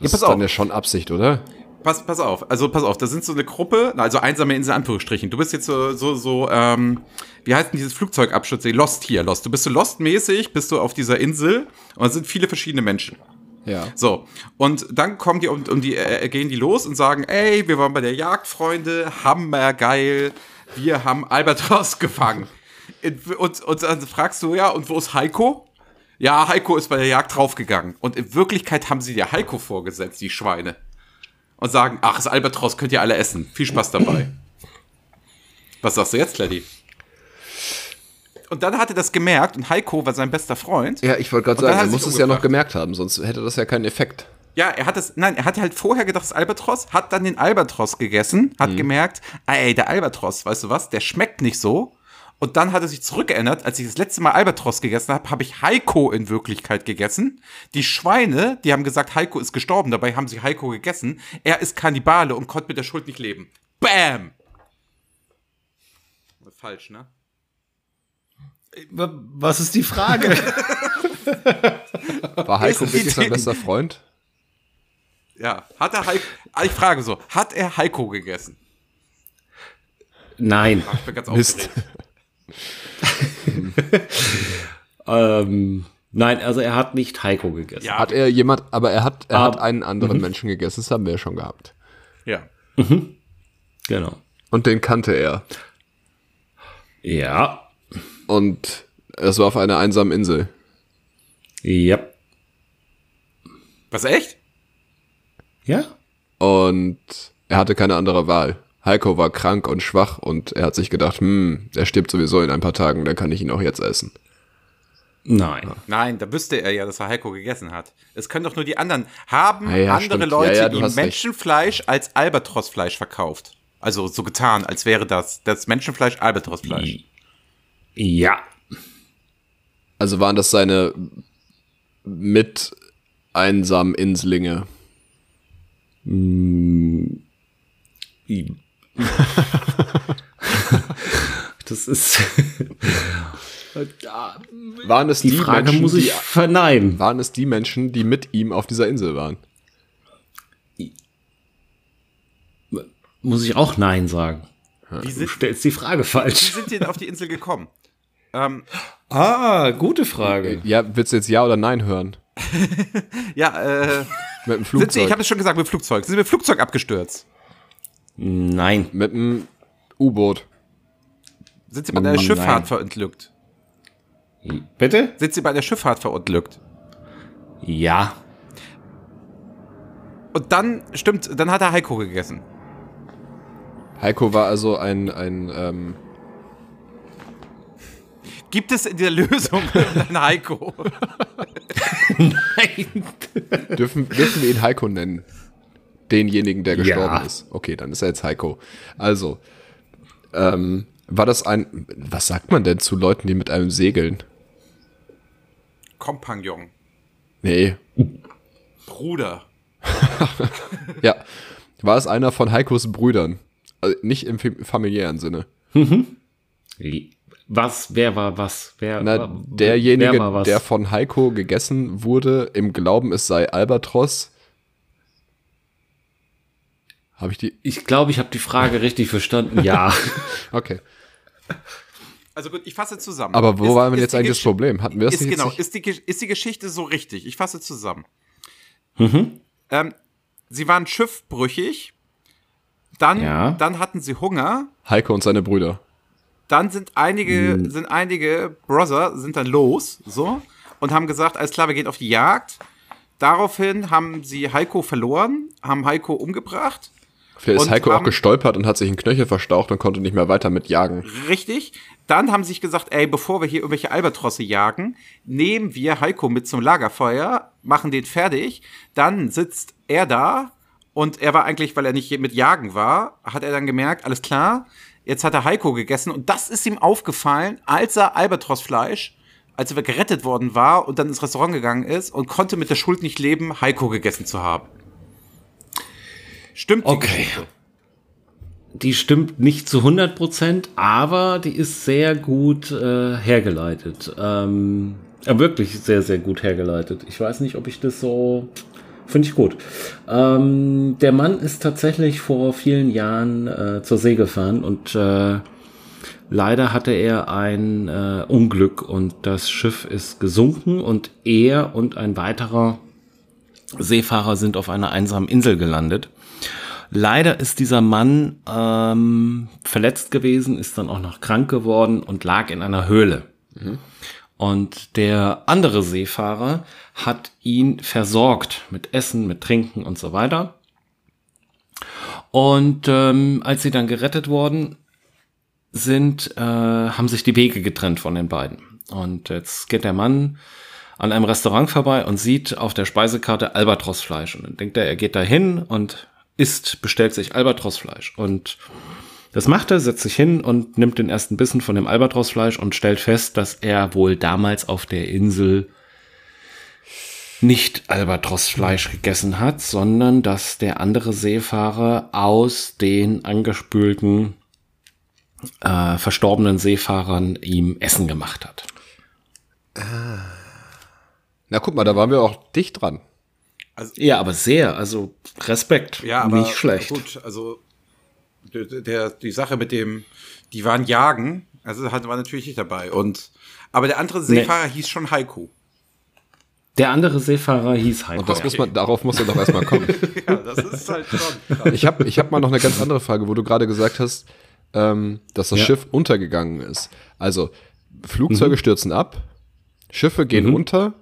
C: Das
A: pass
C: ist dann
A: auf.
C: ja schon Absicht, oder?
A: Pass, pass auf, also pass auf, da sind so eine Gruppe, na, also einsame Insel, in Anführungsstrichen. Du bist jetzt so, so, so ähm, wie heißt denn dieses Flugzeugabschutz? Lost hier, Lost. Du bist so Lost-mäßig, bist du auf dieser Insel und es sind viele verschiedene Menschen.
C: Ja.
A: So, und dann kommen die und um die, äh, gehen die los und sagen, ey, wir waren bei der Jagd, Freunde, hammergeil, wir haben Albatros gefangen. Und, und, und dann fragst du, ja, und wo ist Heiko? Ja, Heiko ist bei der Jagd draufgegangen. Und in Wirklichkeit haben sie dir Heiko vorgesetzt, die Schweine. Und sagen, ach, ist Albatros, könnt ihr alle essen. Viel Spaß dabei. Was sagst du jetzt, Lady? Und dann hat er das gemerkt und Heiko war sein bester Freund.
C: Ja, ich wollte gerade
A: Und dann
C: sagen,
A: hat
C: er
A: er
C: muss
A: sich
C: es ja noch
A: umgebracht.
C: gemerkt haben, sonst hätte das ja keinen Effekt.
A: Ja, er hat es, nein, er hat halt vorher gedacht, es ist Albatros, hat dann den Albatros gegessen, hat gemerkt, "Ah, ey, der Albatros, weißt du was, der schmeckt nicht so. Und dann hat er sich zurückgeändert, als ich das letzte Mal Albatros gegessen habe, habe ich Heiko in Wirklichkeit gegessen. Die Schweine, die haben gesagt, Heiko ist gestorben, dabei haben sie Heiko gegessen. Er ist Kannibale und konnte mit der Schuld nicht leben. Bam! Falsch, ne?
J: Was ist die Frage?
C: War Heiko
A: Ist die
C: wirklich sein
A: Idee-
C: bester Freund?
A: Ja, hat er Heiko, ich frage so, hat er Heiko gegessen?
B: Nein.
A: Ach, ich bin ganz
C: Mist.
A: aufgeregt.
B: Ähm, nein, also er hat nicht Heiko gegessen.
A: Ja.
C: Hat er jemand, aber er hat, er hat
B: Ah,
C: einen anderen Menschen gegessen, das haben wir ja schon gehabt.
A: Ja.
B: Genau.
C: Und den kannte er.
B: Ja.
C: Und es war auf einer einsamen Insel.
B: Ja.
A: Was, echt?
B: Ja?
C: Und er hatte keine andere Wahl. Heiko war krank und schwach und er hat sich gedacht, hm, er stirbt sowieso in ein paar Tagen, dann kann ich ihn auch jetzt essen.
B: Nein.
A: Nein, da wüsste er ja, dass er Heiko gegessen hat. Es können doch nur die anderen. Haben
C: Ah ja,
A: andere
C: stimmt.
A: Leute
C: Ja, ja, du
A: ihm
C: hast recht.
A: Menschenfleisch als Albatrosfleisch verkauft? Also so getan, als wäre das das Menschenfleisch Albatrosfleisch.
B: Ja.
C: Also waren das seine mit einsamen Inslinge.
B: Das ist.
C: Waren es die,
B: Die Frage
C: Menschen,
B: muss ich
C: die,
B: verneinen.
C: waren es die Menschen, die mit ihm auf dieser Insel waren?
B: Muss ich auch Nein sagen?
A: Wie
B: Du
A: sind,
B: stellst die Frage
A: wie
B: falsch.
A: sind die denn auf die Insel gekommen? Ähm,
J: Ah, gute Frage.
C: Ja, willst du jetzt Ja oder Nein hören?
A: ja, äh,
C: Mit
A: sind
C: dem
A: sie, ich
C: Flugzeug.
A: habe es schon gesagt, mit Flugzeug. Sind sie mit Flugzeug abgestürzt?
B: Nein.
C: mit dem U-Boot.
A: Sind sie
C: Oh
A: bei der
B: Mann,
A: Schifffahrt
B: nein.
A: verunglückt?
B: Bitte?
A: Sind sie bei der Schifffahrt verunglückt?
B: Ja.
A: Und dann, stimmt, dann hat er Heiko gegessen.
C: Heiko war also ein, ein ähm,
A: Gibt es in der Lösung einen Heiko?
C: Dürfen, dürfen wir ihn Heiko nennen? Denjenigen, der gestorben
B: Ja.
C: ist. Okay, dann ist er jetzt Heiko. Also, ähm, war das ein. Was sagt man denn zu Leuten, die mit einem segeln?
A: Kompagnon,
C: Nee.
A: Bruder.
C: Ja. War es einer von Heikos Brüdern? Also nicht im fam- familiären Sinne.
B: Was? Wer war was? Wer,
C: Na,
B: wa-
C: derjenige,
B: wer war was?
C: der von Heiko gegessen wurde, im Glauben, es sei Albatros. Habe ich die.
B: ich glaube, ich habe die Frage richtig verstanden. Ja.
C: Okay.
A: Also gut, ich fasse zusammen.
C: Aber wo
A: Ist-
C: waren wir
A: ist
C: jetzt
A: die
C: eigentlich das
A: Gesch-
C: Problem? Hatten wir das
A: Ist
C: nicht? jetzt
A: genau,
C: nicht?
A: ist die, Ge- ist die Geschichte so richtig? Ich fasse zusammen. Ähm, sie waren schiffbrüchig, dann,
B: Ja.
A: dann hatten sie Hunger,
C: Heiko und seine Brüder.
A: Dann sind einige, mhm. sind einige Brother sind dann los, so, und haben gesagt, alles klar, wir gehen auf die Jagd. Daraufhin haben sie Heiko verloren, haben Heiko umgebracht.
C: Vielleicht ist Heiko auch gestolpert und hat sich einen Knöchel verstaucht und konnte nicht mehr weiter mit jagen.
A: Richtig. Dann haben sie sich gesagt, ey, bevor wir hier irgendwelche Albatrosse jagen, nehmen wir Heiko mit zum Lagerfeuer, machen den fertig. Dann sitzt er da und er war eigentlich, weil er nicht mit Jagen war, hat er dann gemerkt, alles klar, jetzt hat er Heiko gegessen und das ist ihm aufgefallen, als er Albatrosfleisch als er gerettet worden war und dann ins Restaurant gegangen ist und konnte mit der Schuld nicht leben, Heiko gegessen zu haben. Stimmt
B: die Okay. Geschichte? Die stimmt nicht zu 100 Prozent, aber die ist sehr gut äh, hergeleitet. Ähm, ja, wirklich sehr, sehr gut hergeleitet. Ich weiß nicht, ob ich das so... Finde ich gut. Ähm, der Mann ist tatsächlich vor vielen Jahren äh, zur See gefahren und äh, Leider hatte er ein äh, Unglück und das Schiff ist gesunken und er und ein weiterer Seefahrer sind auf einer einsamen Insel gelandet. Leider ist dieser Mann ähm, verletzt gewesen, ist dann auch noch krank geworden und lag in einer Höhle. Mhm. Und der andere Seefahrer hat ihn versorgt mit Essen, mit Trinken und so weiter. Und ähm, als sie dann gerettet wurden, sind, äh, haben sich die Wege getrennt von den beiden. Und jetzt geht der Mann an einem Restaurant vorbei und sieht auf der Speisekarte Albatrosfleisch. Und dann denkt er, er geht da hin und isst, bestellt sich Albatrosfleisch. Und das macht er, setzt sich hin und nimmt den ersten Bissen von dem Albatrosfleisch und stellt fest, dass er wohl damals auf der Insel nicht Albatrosfleisch gegessen hat, sondern dass der andere Seefahrer aus den angespülten äh, verstorbenen Seefahrern ihm Essen gemacht hat.
C: Ah. Na guck mal, da waren wir auch dicht dran.
B: Also, ja, aber sehr, also Respekt,
A: ja, aber,
B: nicht schlecht.
A: Gut, also der, der, die Sache mit dem, die waren jagen, also hat, war natürlich nicht dabei. Und aber der andere Seefahrer nee. hieß schon Heiko.
B: Der andere Seefahrer hieß Heiko.
C: Und das muss man, darauf muss man doch erstmal kommen. ja, das ist halt schon. Krass. Ich habe ich hab mal noch eine ganz andere Frage, wo du gerade gesagt hast, ähm, dass das ja. Schiff untergegangen ist. Also Flugzeuge mhm. stürzen ab, Schiffe gehen mhm. unter.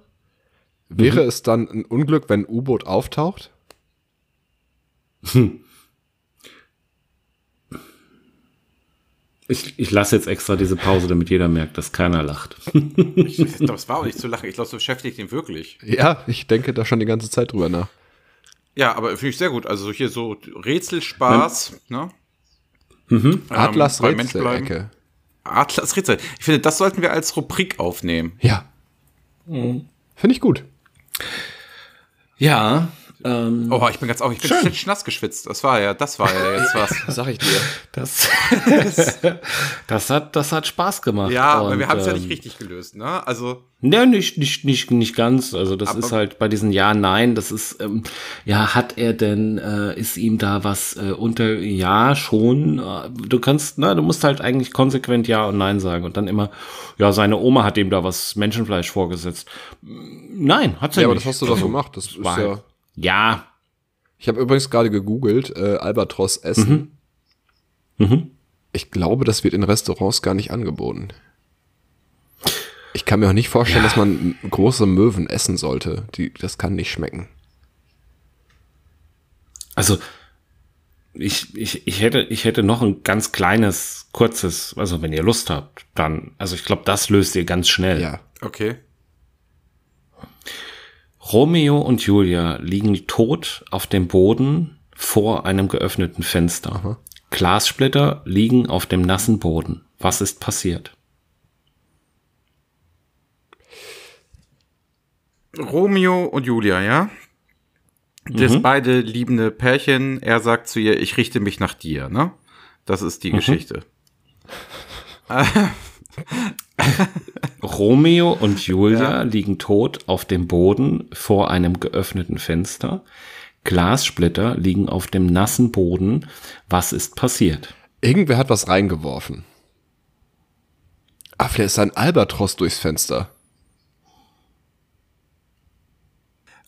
C: Wäre mhm. es dann ein Unglück, wenn ein U-Boot auftaucht? Hm.
B: Ich, ich lasse jetzt extra diese Pause, damit jeder merkt, dass keiner lacht.
A: ich glaube, es war auch nicht zu lachen. Ich glaube, es beschäftigt ihn wirklich.
C: Ja, ich denke da schon die ganze Zeit drüber nach.
A: Ja, aber finde ich sehr gut. Also hier so Rätselspaß, ne?
C: Mhm. Atlas ähm, Rätsel-Ecke.
A: Atlas Rätsel. Ich finde, das sollten wir als Rubrik aufnehmen.
C: Ja. Mhm. Finde ich gut.
B: Ja.
A: Ähm, oh, ich bin ganz auch, ich bin schön. schnass geschwitzt. Das war ja, das war ja jetzt was.
C: Sag ich dir.
B: Das, das, hat, das hat Spaß gemacht.
A: Ja, aber wir haben es ähm, ja nicht richtig gelöst, ne? Also.
B: Ne, nicht, nicht, nicht, nicht ganz. Also, das ist halt bei diesen Ja, Nein, das ist, ähm, ja, hat er denn, äh, ist ihm da was äh, unter Ja schon? Äh, du kannst, ne, du musst halt eigentlich konsequent Ja und Nein sagen und dann immer, ja, seine Oma hat ihm da was Menschenfleisch vorgesetzt. Nein, hat sie
C: ja,
B: nicht. Ja,
C: aber das hast du doch gemacht. Das ist ja.
B: Ja.
C: Ich habe übrigens gerade gegoogelt, äh, Albatros Essen. Mhm. Mhm. Ich glaube, das wird in Restaurants gar nicht angeboten. Ich kann mir auch nicht vorstellen, ja. dass man große Möwen essen sollte. Die, das kann nicht schmecken.
B: Also, ich, ich, ich, hätte, ich hätte noch ein ganz kleines, kurzes, also wenn ihr Lust habt, dann, also ich glaube, das löst ihr ganz schnell.
C: Ja.
A: Okay.
B: Romeo und Julia liegen tot auf dem Boden vor einem geöffneten Fenster. Aha. Glassplitter liegen auf dem nassen Boden. Was ist passiert?
A: Romeo und Julia, ja? Das mhm. beide liebende Pärchen. Er sagt zu ihr, ich richte mich nach dir, ne? Das ist die mhm. Geschichte.
B: Romeo und Julia ja. liegen tot auf dem Boden vor einem geöffneten Fenster. Glassplitter liegen auf dem nassen Boden. Was ist passiert?
C: Irgendwer hat was reingeworfen. Ah, vielleicht ist ein Albatros durchs Fentster.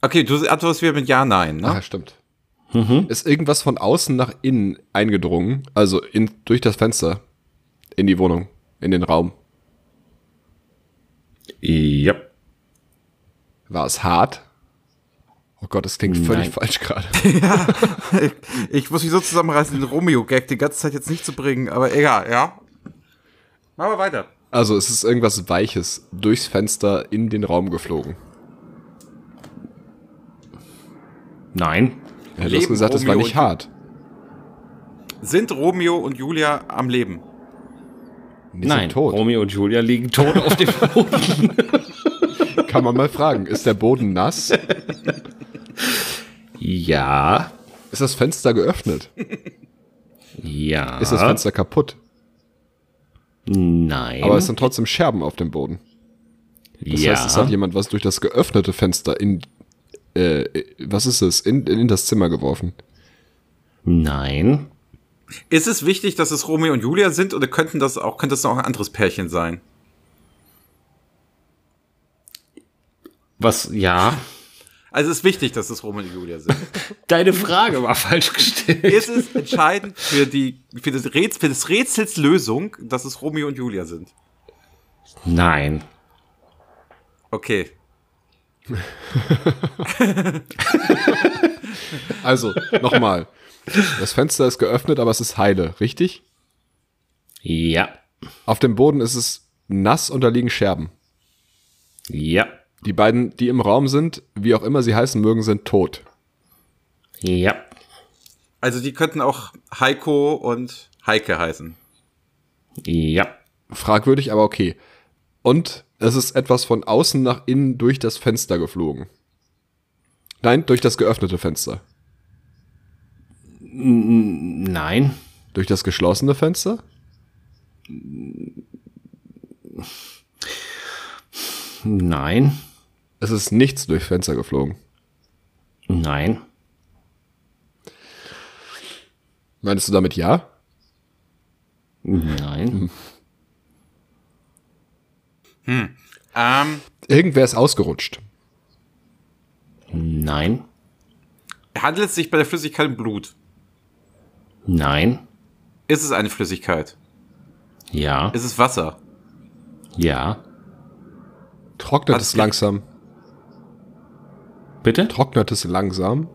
A: Okay, du antwortest wieder mit Ja, Nein, ne?
C: Ah, stimmt. Mhm. Ist irgendwas von außen nach innen eingedrungen? Also in, durch das Fenster in die Wohnung. in den Raum?
K: Ja.
C: War es hart? Oh Gott, das klingt völlig Nein. falsch gerade.
A: ja, ich muss mich so zusammenreißen, den Romeo-Gag die ganze Zeit jetzt nicht zu bringen, aber egal, ja. Machen wir weiter.
C: Also es ist irgendwas Weiches durchs Fenster in den Raum geflogen.
K: Nein.
C: Ja, du hast gesagt, Romeo es war nicht hart.
A: Sind Romeo und Julia am Leben?
K: Die Nein,
B: um
K: Romeo und Julia liegen tot auf dem Boden.
C: Kann man mal fragen, ist der Boden nass?
K: Ja.
C: Ist das Fenster geöffnet?
K: Ja.
C: Ist das Fenster kaputt?
K: Nein.
C: Aber es sind trotzdem Scherben auf dem Boden. Das ja. heißt, es hat jemand was durch das geöffnete Fenster in. Äh, was ist es? In, in das Zimmer geworfen.
K: Nein.
A: Ist es wichtig, dass es Romeo und Julia sind oder könnten das auch, könnte das auch ein anderes Pärchen sein?
K: Was, ja.
A: Also es ist wichtig, dass es Romeo und Julia sind.
K: Deine Frage war falsch gestellt.
A: Ist es entscheidend für, die, für, das Rätsel, für das Rätsels Lösung, dass es Romeo und Julia sind?
K: Nein.
A: Okay.
C: also, nochmal. Das Fenster ist geöffnet, aber es ist heile, richtig?
K: Ja.
C: Auf dem Boden ist es nass und da liegen Scherben.
K: Ja.
C: Die beiden, die im Raum sind, wie auch immer sie heißen mögen, sind tot.
K: Ja.
A: Also die könnten auch Heiko und Heike heißen.
K: Ja.
C: Fragwürdig, aber okay. Und es ist etwas von außen nach innen durch das Fenster geflogen. Nein, durch das geöffnete Fenster.
K: Nein.
C: Durch das geschlossene Fenster?
K: Nein.
C: Es ist nichts durch Fenster geflogen.
K: Nein.
C: Meinst du damit ja?
K: Nein.
A: Hm. Ähm.
C: Irgendwer ist ausgerutscht.
K: Nein.
A: Handelt es sich bei der Flüssigkeit um Blut?
K: Nein.
A: Ist es eine Flüssigkeit?
K: Ja.
A: Ist es Wasser?
K: Ja.
C: Trocknet es langsam?
K: Bitte?
C: Trocknet es langsam?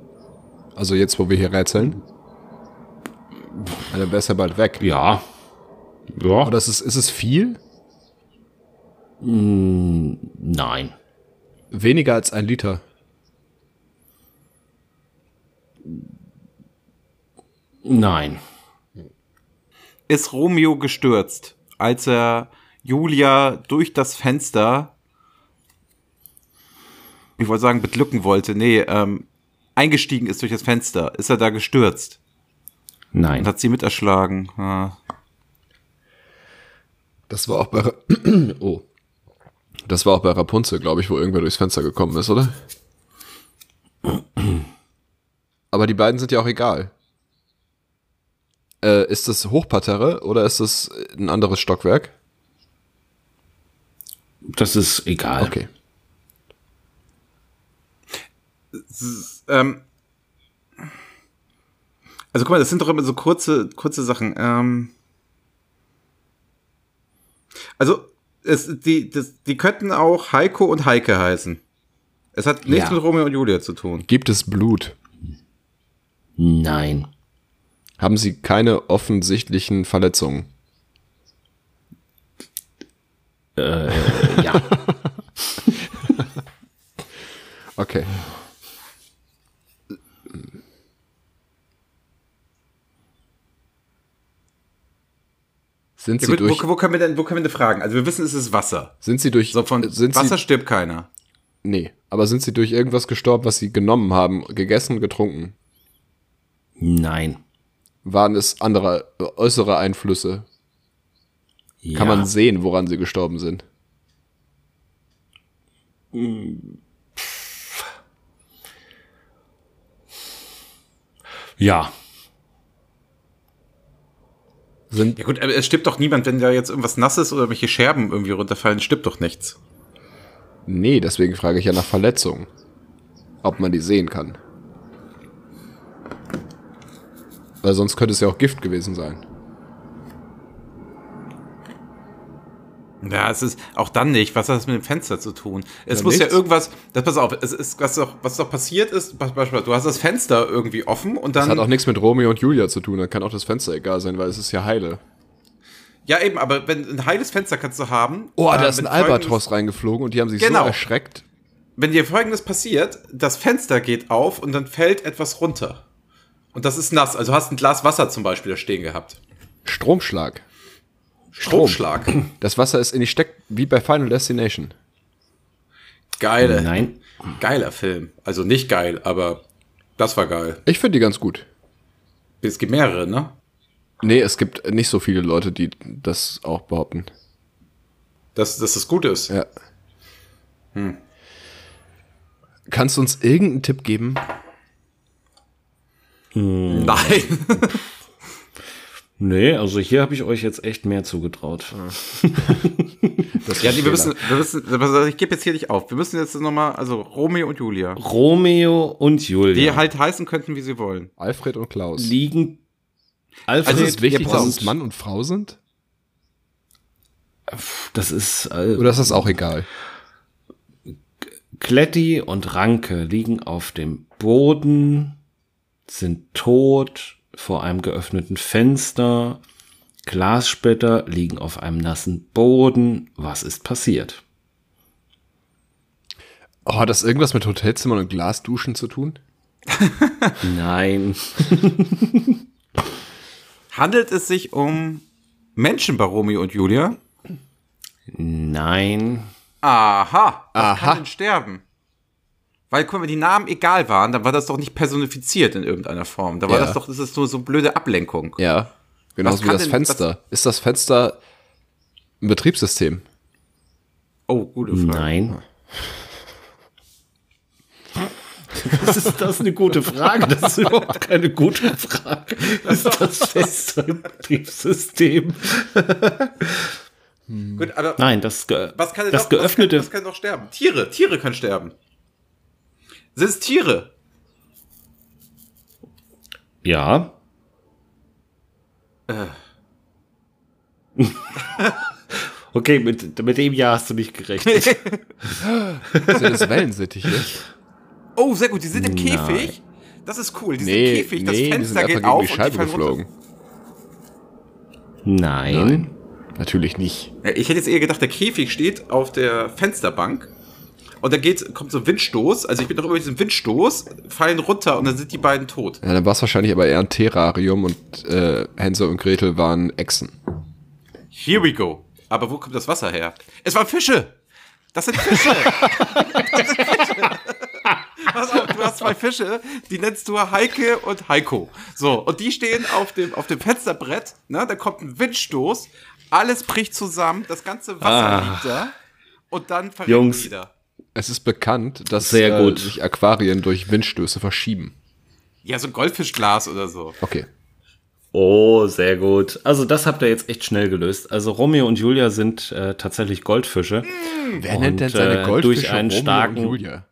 C: Also jetzt, wo wir hier rätseln? Dann wäre es ja bald weg.
K: Ja.
C: Ja. Oder ist es, ist es viel?
K: Mm, nein.
C: Weniger als ein Liter.
K: Nein.
A: Ist Romeo gestürzt, als er Julia durch das Fenster, ich wollte sagen, beglücken wollte, nee, ähm, eingestiegen ist durch das Fenster. Ist er da gestürzt?
K: Nein.
A: Und hat sie mit erschlagen. Ah. Ja.
C: Das war auch bei, Ra oh. Das war auch bei Rapunzel, glaube ich, wo irgendwer durchs Fenster gekommen ist, oder? Aber die beiden sind ja auch egal. Äh, ist das Hochparterre oder ist das ein anderes Stockwerk?
K: Das ist egal.
C: Okay.
A: Ist, ähm also guck mal, das sind doch immer so kurze, kurze Sachen. Ähm also es, die, das, die könnten auch Heiko und Heike heißen. Es hat nichts ja. mit Romeo und Julia zu tun.
C: Gibt es Blut?
K: Nein
C: haben sie keine offensichtlichen Verletzungen.
K: Äh, ja.
C: okay.
A: Sind ja, sie gut, durch, wo, wo, können wir denn, wo können wir denn fragen? Also wir wissen, es ist Wasser.
C: Sind sie durch
A: so von, Wasser Äh, sie, stirbt keiner.
C: Nee, aber sind sie durch irgendwas gestorben, was sie genommen haben, gegessen, getrunken?
K: Nein
C: waren es andere äußere Einflüsse? Ja. Kann man sehen, woran sie gestorben sind?
K: Ja.
A: Sind ja gut, aber es stirbt doch niemand, wenn da jetzt irgendwas nasses oder welche Scherben irgendwie runterfallen, stirbt doch nichts.
C: Nee, deswegen frage ich ja nach Verletzungen. Ob man die sehen kann. Weil sonst könnte es ja auch Gift gewesen sein.
A: Ja, es ist auch dann nicht. Was hat das mit dem Fenster zu tun? Es ja, muss nichts. ja irgendwas. Das, pass auf, es ist, was doch, was doch passiert ist, beispielsweise, du hast das Fenster irgendwie offen und dann. Das
C: hat auch nichts mit Romeo und Julia zu tun, dann kann auch das Fenster egal sein, weil es ist ja heile.
A: Ja, eben, aber wenn ein heiles Fenster kannst du haben. ähm,
C: Oh, da ist ein Albatros reingeflogen und die haben sich genau. so erschreckt.
A: Wenn dir folgendes passiert, das Fenster geht auf und dann fällt etwas runter. Und das ist nass. Also hast ein Glas Wasser zum Beispiel da stehen gehabt.
C: Stromschlag.
A: Stromschlag. Strom.
C: Das Wasser ist in die Steck, wie bei Final Destination.
K: Äh,
A: Geile. Nein. Geiler Film. Also nicht geil, aber das war geil.
C: Ich finde die ganz gut.
A: Es gibt mehrere, ne?
C: Nee, es gibt nicht so viele Leute, die das auch behaupten.
A: Dass, dass das gut ist?
C: Ja. Hm. Kannst du uns irgendeinen Tipp geben?
A: Hm. Nein.
B: Nee, also hier habe ich euch jetzt echt mehr zugetraut.
A: ja, nee, wir müssen, wir müssen, also ich gebe jetzt hier nicht auf. Wir müssen jetzt nochmal, also Romeo und Julia.
B: Romeo und Julia.
A: Die halt heißen könnten, wie sie wollen.
C: Alfred und Klaus.
B: Liegen.
C: Alfred also ist wichtig, dass es Mann und Frau sind?
B: Das ist.
C: Äh, Oder ist das auch egal?
B: Kletti und Ranke liegen auf dem Boden, sind tot vor einem geöffneten Fenster. Glassplitter liegen auf einem nassen Boden. Was ist passiert?
C: Oh, hat das irgendwas mit Hotelzimmern und Glasduschen zu tun?
B: Nein.
A: Handelt es sich um Menschen bei Romeo und Julia?
B: Nein.
A: Aha, was Aha. kann denn sterben? Weil, guck mal, die Namen egal waren, dann war das doch nicht personifiziert in irgendeiner Form. Da war
C: Ja.
A: das doch, das ist nur so eine blöde Ablenkung.
C: Ja. Genauso wie
A: kann
C: das
A: denn-
C: Fenster. ist das Fenster ein Betriebssystem?
A: Oh, gute Frage.
B: Nein. Was ist das eine gute Frage? Das ist überhaupt keine gute Frage. Ist das feste Betriebssystem?
A: Gut, aber
B: Nein, das, ge
A: was kann denn
B: das
A: noch,
B: geöffnete.
A: Was kann, was kann noch sterben? Tiere, Tiere können sterben. Sind es Tiere?
B: ja. Äh. okay, mit, mit dem Ja hast du nicht gerechnet.
C: Sind das Wellensittiche?
A: Oh, sehr gut, die sind im Käfig. Das ist cool, die sind im Käfig, das Fenster geht auf und die fallen runter.
B: Nein.
C: Nein. Natürlich nicht.
A: Ja, Ich hätte jetzt eher gedacht, der Käfig steht auf der Fensterbank und da geht, kommt so ein Windstoß. Also ich bin noch über diesen Windstoß, fallen runter und dann sind die beiden tot.
C: Ja, dann war es wahrscheinlich aber eher ein Terrarium und äh, Hänsel und Gretel waren Echsen.
A: Here we go. Aber wo kommt das Wasser her? Es waren Fische. Das sind Fische. Das sind Fische. Pass auf, du hast zwei Fische, die nennst du Heike und Heiko. So, und die stehen auf dem, auf dem Fensterbrett, ne? da kommt ein Windstoß, alles bricht zusammen, das ganze Wasser
B: Ah.
A: liegt da und dann verrinnt
B: Jungs.
A: wieder.
C: Es ist bekannt, dass
B: Sehr gut.
C: Äh, sich Aquarien durch Windstöße verschieben.
A: Ja, so ein Goldfischglas oder so.
C: Okay.
B: Oh, sehr gut. Also das habt ihr jetzt echt schnell gelöst. Also Romeo und Julia sind äh, tatsächlich Goldfische.
C: Wer
B: Und,
C: nennt denn seine
B: äh,
C: Goldfische
B: durch einen
C: Romeo und
B: starken-
C: Julia?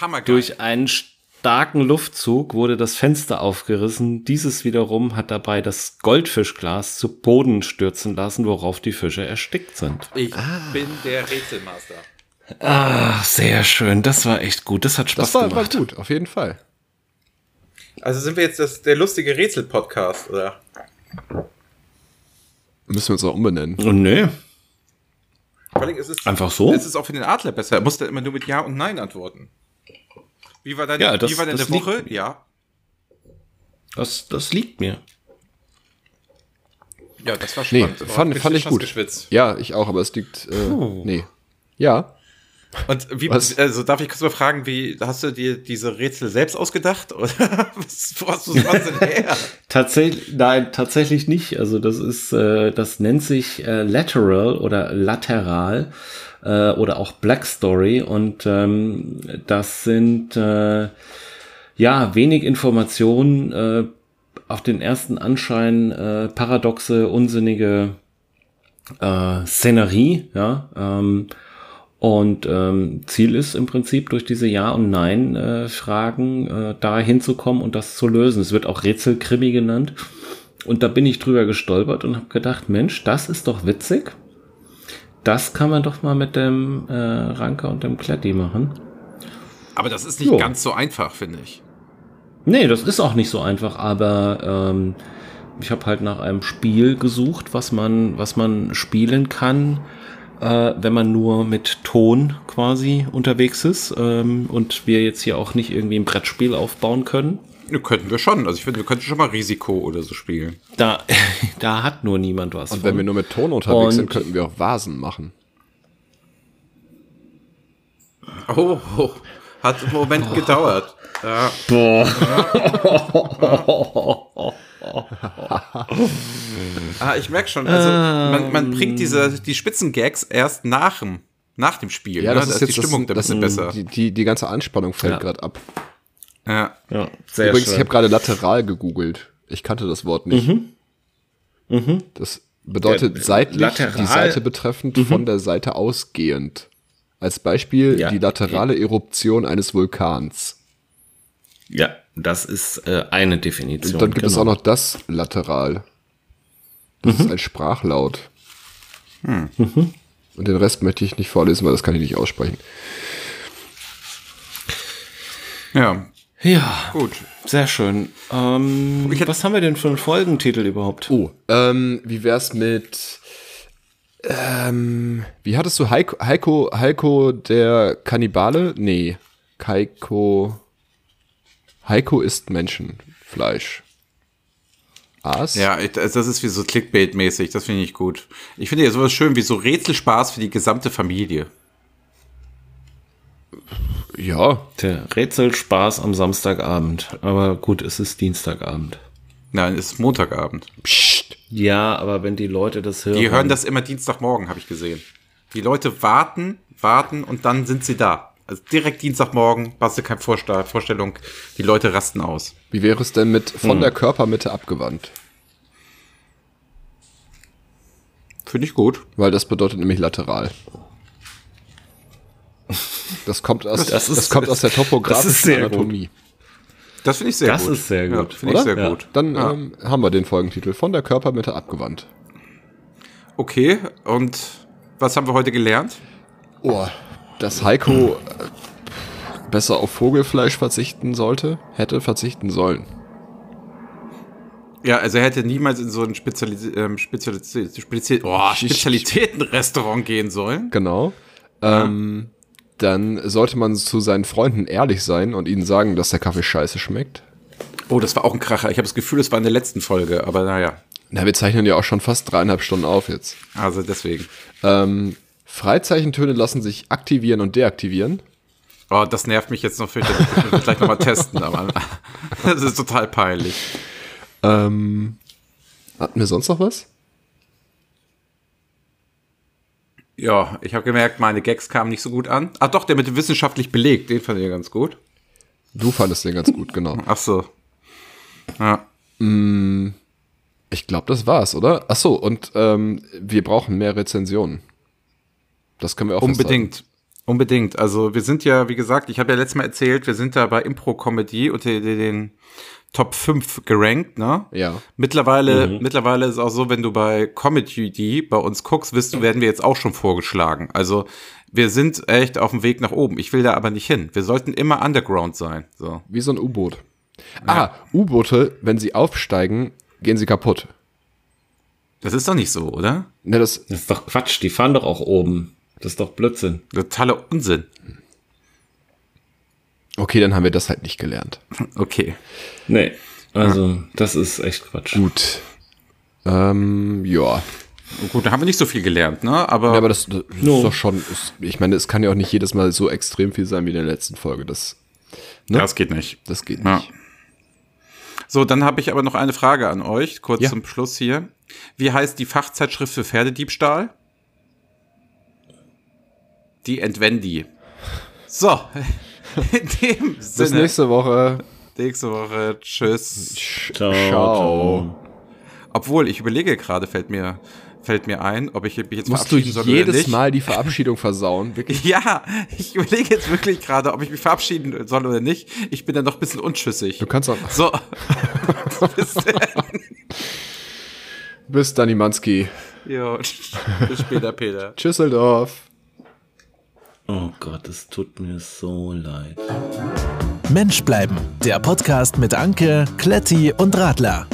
A: Hammergeil.
B: Durch einen starken Luftzug wurde das Fenster aufgerissen. Dieses wiederum hat dabei das Goldfischglas zu Boden stürzen lassen, worauf die Fische erstickt sind.
A: Ich bin der Rätselmaster.
B: Ach, sehr schön. Das war echt gut. Das hat Spaß
C: Das war, war
B: gemacht.
C: gut, auf jeden Fall.
A: Also sind wir jetzt das, der lustige Rätsel-Podcast, oder?
C: Müssen wir uns auch umbenennen.
B: Und nö.
A: Vor allem ist es,
B: Einfach so?
A: Es ist auch für den Adler besser. Er muss dann immer nur mit Ja und Nein antworten. Wie war deine,
B: Ja, das-
A: wie war deine
B: das liegt
A: Woche? Ja.
B: Das, das liegt mir.
A: Ja, das war
C: Nee,
A: spannend.
C: fand,
A: Bisschen
C: fand ich
A: fast
C: gut.
A: geschwitzt.
C: Ja, ich auch, aber es liegt. Äh, nee. Ja.
A: Und wie,
C: Was?
A: also darf ich kurz mal fragen, wie hast du dir diese Rätsel selbst ausgedacht? Oder was, wo hast du das denn her?
B: Tatsächlich, nein, tatsächlich nicht. Also das ist, äh, das nennt sich äh, lateral oder lateral äh, oder auch Black Story und ähm, das sind äh, ja wenig Informationen, äh, auf den ersten Anschein äh, paradoxe, unsinnige äh, Szenerie, ja. Ähm, und ähm, Ziel ist im Prinzip, durch diese Ja- und Nein-Fragen äh, da hinzukommen und das zu lösen. Es wird auch Rätselkrimi genannt. Und da bin ich drüber gestolpert und habe gedacht, Mensch, das ist doch witzig. Das kann man doch mal mit dem äh, Ranker und dem Kletti machen.
A: Aber das ist nicht
B: Jo.
A: ganz so einfach, finde ich.
B: Nee, das ist auch nicht so einfach, aber ähm, ich habe halt nach einem Spiel gesucht, was man, was man spielen kann, äh, wenn man nur mit Ton quasi unterwegs ist ähm, und wir jetzt hier auch nicht irgendwie ein Brettspiel aufbauen können.
A: Ja, Könnten wir schon. Also ich finde, wir könnten schon mal Risiko oder so spielen.
B: Da, da hat nur niemand was.
C: Und
B: von.
C: wenn wir nur mit Ton unterwegs sind,
B: Und-
C: könnten wir auch Vasen machen.
A: Oh, oh. hat im Moment gedauert. Ja. Ah, ich merke schon, also man,
C: Ähm.
A: man bringt diese, die Spitzengags erst nach dem, nach dem Spiel.
C: Ja,
A: ne?
C: das
A: Da
C: ist jetzt
A: die Stimmung
C: das,
A: ein bisschen
C: das,
A: besser.
C: Die, die, die ganze Anspannung fällt
A: Ja.
C: gerade ab.
A: Ja.
B: Ja,
C: Übrigens, ich habe gerade lateral gegoogelt. Ich kannte das Wort nicht.
B: Mhm. Mhm.
C: Das bedeutet
B: Der-
C: seitlich
B: lateral-
C: die Seite betreffend von der Seite ausgehend. Als Beispiel die laterale Eruption eines Vulkans.
B: Ja, das ist äh, eine Definition.
C: Und dann gibt es
B: genau.
C: auch noch das lateral. Das ist ein Sprachlaut. Mhm. Und den Rest möchte ich nicht vorlesen, weil das kann ich nicht aussprechen.
A: Ja.
B: Ja.
A: Gut.
B: Sehr schön. Ähm, was haben wir denn für einen Folgentitel überhaupt?
C: Oh, ähm, wie wär's mit. Ähm, wie hattest du Heiko, Heiko, Heiko der Kannibale? Nee. Heiko. Heiko isst Menschenfleisch. Aas?
A: Ja, ich- also, das das ist wie so Clickbait-mäßig, das finde ich gut. Ich finde ja sowas schön wie so Rätselspaß für die gesamte Familie.
C: Ja.
B: Der Rätselspaß am Samstagabend. Aber gut, es ist Dienstagabend.
A: Nein, es ist Montagabend.
B: Ja, aber wenn die Leute das hören.
A: Die hören das immer Dienstagmorgen, habe ich gesehen. Die Leute warten, warten und dann sind sie da. Also direkt Dienstagmorgen, hast du keine Vorsta- Vorstellung, die Leute rasten aus.
C: Wie wäre es denn mit von
A: Hm.
C: der Körpermitte abgewandt?
A: Finde ich gut.
C: Weil das bedeutet nämlich lateral. Das kommt aus, das
B: Das ist-
C: kommt aus der topografischen
B: das ist sehr gut.
C: Anatomie.
A: Das finde ich sehr
B: Das
A: gut.
B: ist sehr gut.
A: Ja, finde ich
C: Oder?
A: sehr
C: Ja.
A: gut.
C: Dann
A: Ja.
C: ähm, haben wir den Folgentitel von der Körpermitte abgewandt.
A: okay, und was haben wir heute gelernt?
C: Oh, dass Heiko äh, besser auf Vogelfleisch verzichten sollte, hätte verzichten sollen.
A: Ja, also er hätte niemals in so ein Spezialis ähm, Spezialis Spezi oh, Spezialitätenrestaurant gehen sollen.
C: Genau. Ähm, dann sollte man zu seinen Freunden ehrlich sein und ihnen sagen, dass der Kaffee scheiße schmeckt.
A: Oh, das war auch ein Kracher. Ich habe das Gefühl, das war in der letzten Folge, aber naja.
C: Na, wir zeichnen ja auch schon fast dreieinhalb Stunden auf jetzt.
A: Also deswegen.
C: Ähm, Freizeichentöne lassen sich aktivieren und deaktivieren.
A: Oh, das nervt mich jetzt noch fürchterlich. Ich will gleich nochmal testen, aber das ist total peinlich.
C: Ähm, hatten wir sonst noch was?
A: Ja, ich habe gemerkt, meine Gags kamen nicht so gut an. Ah, doch, der mit dem wissenschaftlich belegt, den fand ich ja ganz gut.
C: Du fandest den ganz gut, genau.
A: Ach so. Ja.
C: Mm, Ich glaube, das war's, oder? Ach so, und ähm, wir brauchen mehr Rezensionen. Das können wir auch
A: Unbedingt. Unbedingt. Also wir sind ja, wie gesagt, ich habe ja letztes Mal erzählt, wir sind da bei Impro-Comedy unter den- den Top 5 gerankt, ne?
C: Ja.
A: Mittlerweile,
C: Mhm.
A: mittlerweile ist auch so, wenn du bei Comedy bei uns guckst, wirst du, werden wir jetzt auch schon vorgeschlagen. Also wir sind echt auf dem Weg nach oben. Ich will da aber nicht hin. Wir sollten immer underground sein. So.
C: Wie so ein U-Boot. Ah, U-Boote, wenn sie aufsteigen, gehen sie kaputt.
A: Das ist doch nicht so, oder?
C: Ne, das,
B: Das ist doch Quatsch, die fahren doch auch oben. Das ist doch Blödsinn.
A: Totaler Unsinn.
C: okay, dann haben wir das halt nicht gelernt.
A: Okay.
B: Nee, also das ist echt Quatsch.
C: Gut. Ähm, ja.
A: Gut, da haben wir nicht so viel gelernt, ne? Aber,
C: Ja, aber das, das
B: No.
C: ist doch schon. Ist, ich meine, es kann ja auch nicht jedes Mal so extrem viel sein wie in der letzten Folge. Das, ne?
A: das geht nicht.
C: das geht
A: Ja.
C: nicht.
A: So, dann habe ich aber noch eine Frage an euch, kurz
C: Ja.
A: zum Schluss hier. Wie heißt die Fachzeitschrift für Pferdediebstahl? Die Entwendi. So, in dem
C: Bis ne-
A: Sinne, nächste.
C: nächste Woche.
A: Woche, tschüss.
C: Ciao. Ciao.
A: Obwohl, ich überlege gerade, fällt mir, fällt mir ein, ob ich mich jetzt
C: Musst du
A: verabschieden soll oder
C: jedes
A: nicht.
C: Mal die Verabschiedung versauen? Wirklich?
A: Ja, ich überlege jetzt wirklich gerade, ob ich mich verabschieden soll oder nicht. Ich bin dann noch ein bisschen unschüssig.
C: Du kannst auch.
A: So, bis dann.
C: Bis Danimanski.
A: Jo, bis später, Peter.
K: Tschüsseldorf.
B: Oh Gott, es tut mir so leid.
D: Mensch bleiben, der Podcast mit Anke, Kletti und Radler.